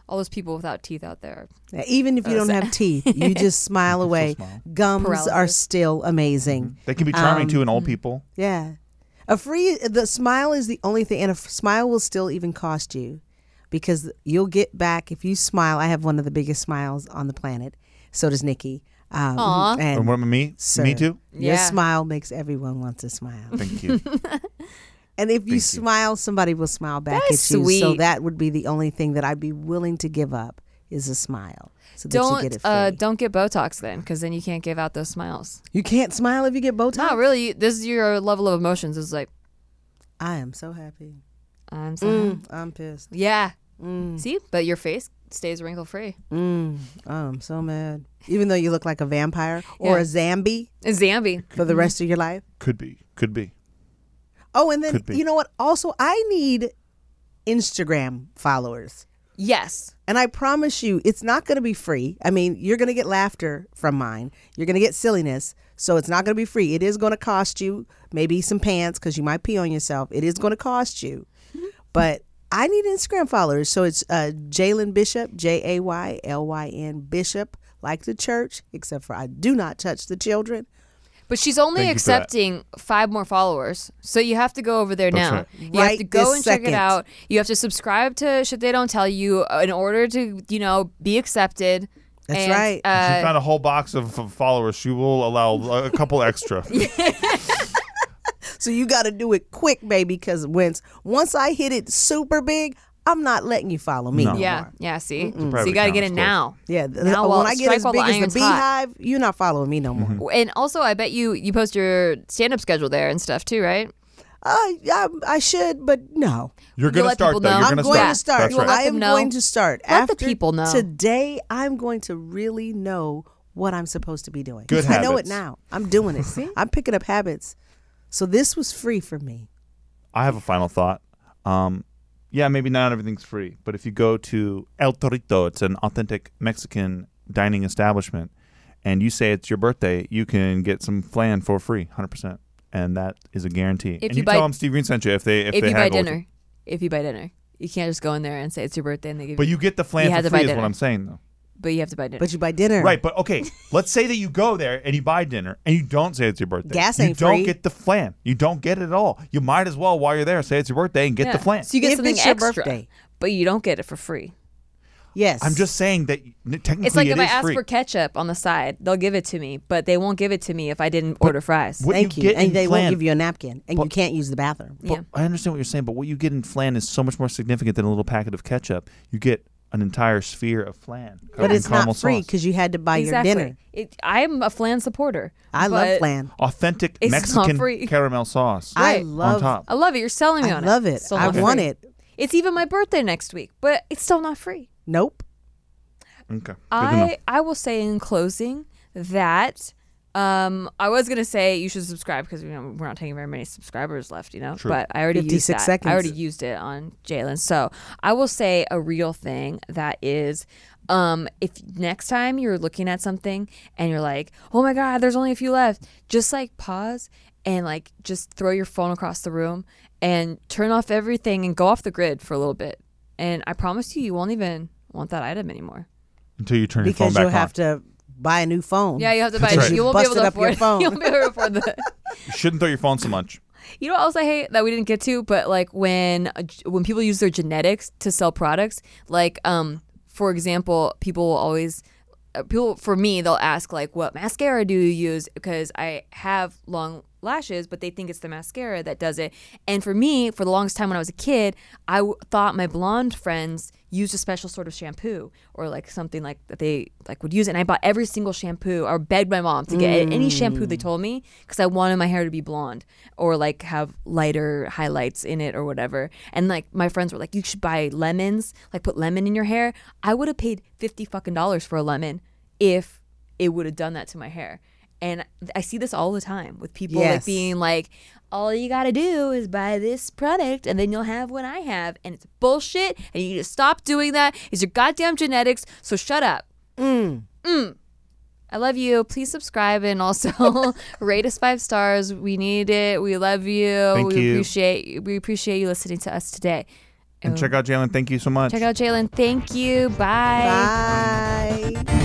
Speaker 3: All those people without teeth out there.
Speaker 2: Now, even if you don't have teeth you just smile Mm-hmm. away gums are
Speaker 3: Paralysis.
Speaker 2: still amazing
Speaker 1: They can be charming too in old people.
Speaker 2: Yeah. A free the smile is the only thing and a f- smile will still even cost you because you'll get back if you smile. I have one of the biggest smiles on the planet. So does Nikki. Um
Speaker 3: Aw.
Speaker 1: And
Speaker 2: and
Speaker 1: what me?
Speaker 2: sir,
Speaker 1: Me too.
Speaker 2: Your
Speaker 3: Yeah.
Speaker 2: smile makes everyone want to smile.
Speaker 1: Thank you.
Speaker 2: And if you smile, somebody will smile back
Speaker 3: That's
Speaker 2: at you. So
Speaker 3: sweet.
Speaker 2: that would be the only thing that I'd be willing to give up is a smile. So that
Speaker 3: Don't
Speaker 2: you get it free.
Speaker 3: uh, don't get Botox then, because then you can't give out those smiles.
Speaker 2: you can't smile if you get Botox.
Speaker 3: Not really. This is your level of emotions. It's like
Speaker 2: I am so happy.
Speaker 3: I'm so
Speaker 2: I'm pissed.
Speaker 3: yeah. See, but your face stays wrinkle free.
Speaker 2: Mm, I'm so mad. Even though you look like a vampire or
Speaker 3: Yeah.
Speaker 2: a zombie.
Speaker 3: Zambi.
Speaker 2: for the rest of your life.
Speaker 1: Could be. Could be.
Speaker 2: Oh, and then
Speaker 1: Could be.
Speaker 2: you know what? Also, I need Instagram followers.
Speaker 3: Yes.
Speaker 2: And I promise you, it's not going to be free. I mean, you're going to get laughter from mine. You're going to get silliness. So it's not going to be free. It is going to cost you maybe some pants because you might pee on yourself. It is going to cost you. But I need Instagram followers. So it's uh, Jalen Bishop, J A Y L Y N Bishop, like the church, except for I do not touch the children.
Speaker 3: But she's only
Speaker 1: Thank you for that.
Speaker 3: accepting five more followers. So you have to go over there
Speaker 1: That's
Speaker 3: now.
Speaker 1: right.
Speaker 3: You have
Speaker 2: Right
Speaker 3: to go
Speaker 2: this
Speaker 3: and check
Speaker 2: second.
Speaker 3: it out. You have to subscribe to shit they don't tell you uh, in order to, you know, be accepted.
Speaker 2: That's
Speaker 3: And,
Speaker 2: right.
Speaker 1: she
Speaker 3: Uh,
Speaker 1: found a whole box of, of followers. She will allow a couple extra.
Speaker 2: So you got to do it quick, baby, because once once I hit it super big, I'm not letting you follow me.
Speaker 1: No.
Speaker 3: yeah. Yeah. See. So
Speaker 1: private
Speaker 3: you got to
Speaker 1: account,
Speaker 3: get it
Speaker 1: it's closed.
Speaker 3: now.
Speaker 2: Yeah, th-
Speaker 3: Now while-
Speaker 2: when I get
Speaker 3: strike
Speaker 2: as
Speaker 3: while the
Speaker 2: big as
Speaker 3: iron's
Speaker 2: the
Speaker 3: hot.
Speaker 2: beehive, you're not following me no more.
Speaker 1: Mm-hmm.
Speaker 3: And also, I bet you you post your stand up schedule there and stuff too, right?
Speaker 2: Uh, yeah, I, I should, but no.
Speaker 1: You're
Speaker 3: You'll
Speaker 1: gonna
Speaker 3: let
Speaker 1: start
Speaker 3: people
Speaker 1: though.
Speaker 3: know.
Speaker 1: You're
Speaker 2: I'm
Speaker 1: gonna
Speaker 2: going
Speaker 1: start.
Speaker 2: to start.
Speaker 1: That's
Speaker 3: You'll
Speaker 1: right.
Speaker 2: I
Speaker 3: let
Speaker 2: am
Speaker 3: them know.
Speaker 2: going to start.
Speaker 3: Let the
Speaker 2: After
Speaker 3: people know.
Speaker 2: Today, I'm going to really know what I'm supposed to be doing.
Speaker 1: Good
Speaker 2: I know it
Speaker 1: habits.
Speaker 2: now. I'm doing it. I'm picking up habits. So this was free for me.
Speaker 1: I have a final thought. Um, yeah, maybe not everything's free, but if you go to El Torito, it's an authentic Mexican dining establishment, and you say it's your birthday, you can get some flan for free, hundred percent, and that is a guarantee. and
Speaker 3: you
Speaker 1: you
Speaker 3: buy-
Speaker 1: tell them Steve Green sent you if they if,
Speaker 3: if
Speaker 1: they
Speaker 3: you buy
Speaker 1: haggle with
Speaker 3: dinner, if you buy dinner, you can't just go in there and say it's your birthday and they give.
Speaker 1: But you get the flan
Speaker 3: You had
Speaker 1: for
Speaker 3: to buy
Speaker 1: free, is
Speaker 3: dinner.
Speaker 1: what I'm saying though.
Speaker 3: but you have to buy dinner.
Speaker 2: But you buy dinner.
Speaker 1: Right, but okay, let's say that you go there and you buy dinner and you don't say it's your birthday.
Speaker 2: Gas
Speaker 1: you
Speaker 2: ain't
Speaker 1: don't
Speaker 2: free.
Speaker 1: get the flan. You don't get it at all. You might as well while you're there say it's your birthday and get the
Speaker 3: Yeah.
Speaker 1: flan.
Speaker 3: So you get
Speaker 2: If
Speaker 3: something
Speaker 2: it's your
Speaker 3: extra,
Speaker 2: birthday.
Speaker 3: but you don't get it for free.
Speaker 2: Yes.
Speaker 1: I'm just saying that n- technically
Speaker 3: It's like
Speaker 1: it
Speaker 3: if I
Speaker 1: is
Speaker 3: ask
Speaker 1: free.
Speaker 3: for ketchup on the side, they'll give it to me, but they won't give it to me if I didn't order fries.
Speaker 1: What
Speaker 2: Thank you.
Speaker 1: get in Oh,
Speaker 2: and they
Speaker 1: flan-
Speaker 2: won't give you a napkin, and you can't use the bathroom.
Speaker 1: But I understand what you're saying, but what you get in flan is so much more significant than a little packet of ketchup. You get an entire sphere of flan.
Speaker 2: But it's not free because you had to buy
Speaker 3: exactly.
Speaker 2: your dinner.
Speaker 3: It, I'm a flan supporter.
Speaker 2: I love
Speaker 3: but
Speaker 2: flan.
Speaker 1: authentic
Speaker 3: It's not
Speaker 1: Mexican
Speaker 3: free.
Speaker 1: caramel sauce.
Speaker 2: I
Speaker 3: Right. on
Speaker 2: love.
Speaker 1: on top.
Speaker 3: I love it. You're selling me
Speaker 2: I
Speaker 3: on
Speaker 2: love
Speaker 3: it.
Speaker 2: it.
Speaker 3: Still
Speaker 2: I
Speaker 3: not
Speaker 2: want
Speaker 3: free.
Speaker 2: it.
Speaker 3: It's even my birthday next week, but it's still not free.
Speaker 2: Nope.
Speaker 1: Okay. Good to know.
Speaker 3: I I will say in closing that um I was gonna say you should subscribe because you know we're not taking very many subscribers left, you know. But I already used
Speaker 2: 56
Speaker 3: that.
Speaker 2: seconds.
Speaker 3: I already used it on Jalen. So I will say a real thing that is. Um, if next time you're looking at something and you're like, "Oh my God, there's only a few left," just like pause and like just throw your phone across the room and turn off everything and go off the grid for a little bit. And I promise you, you won't even want that item anymore.
Speaker 1: Until you turn your phone
Speaker 2: because
Speaker 1: back
Speaker 2: you'll have
Speaker 1: on.
Speaker 2: to buy a new phone.
Speaker 3: Yeah, you have to buy.
Speaker 1: That's right.
Speaker 3: You won't be able
Speaker 2: Busted
Speaker 3: to
Speaker 2: up your
Speaker 3: afford.
Speaker 2: phone.
Speaker 3: You won't be able to afford the.
Speaker 1: You shouldn't throw your phone so much.
Speaker 3: You know what else I hate that we didn't get to, but like when uh, g- when people use their genetics to sell products, like um for example, people will always uh, people for me they'll ask like what mascara do you use because I have long lashes, but they think it's the mascara that does it. And for me, for the longest time when I was a kid, I w- thought my blonde friends used a special sort of shampoo or like something like that they like would use it. And I bought every single shampoo or begged my mom to get any shampoo they told me because I wanted my hair to be blonde or like have lighter highlights in it or whatever. And like my friends were like, you should buy lemons, like put lemon in your hair. I would have paid 50 fucking dollars for a lemon if it would have done that to my hair. And I see this all the time with people like
Speaker 2: Yes.
Speaker 3: being like, all you gotta do is buy this product and then you'll have what I have. And it's bullshit. And you need to stop doing that. It's your goddamn genetics. So shut up. Mm. I love you. Please subscribe and also rate us five stars. We need it. We love you.
Speaker 1: Thank
Speaker 3: we
Speaker 1: you.
Speaker 3: appreciate we appreciate you listening to us today.
Speaker 2: Oh.
Speaker 1: And check out Jalen. Thank you so much.
Speaker 3: Check out Jalen. Thank you. Bye.
Speaker 2: Bye.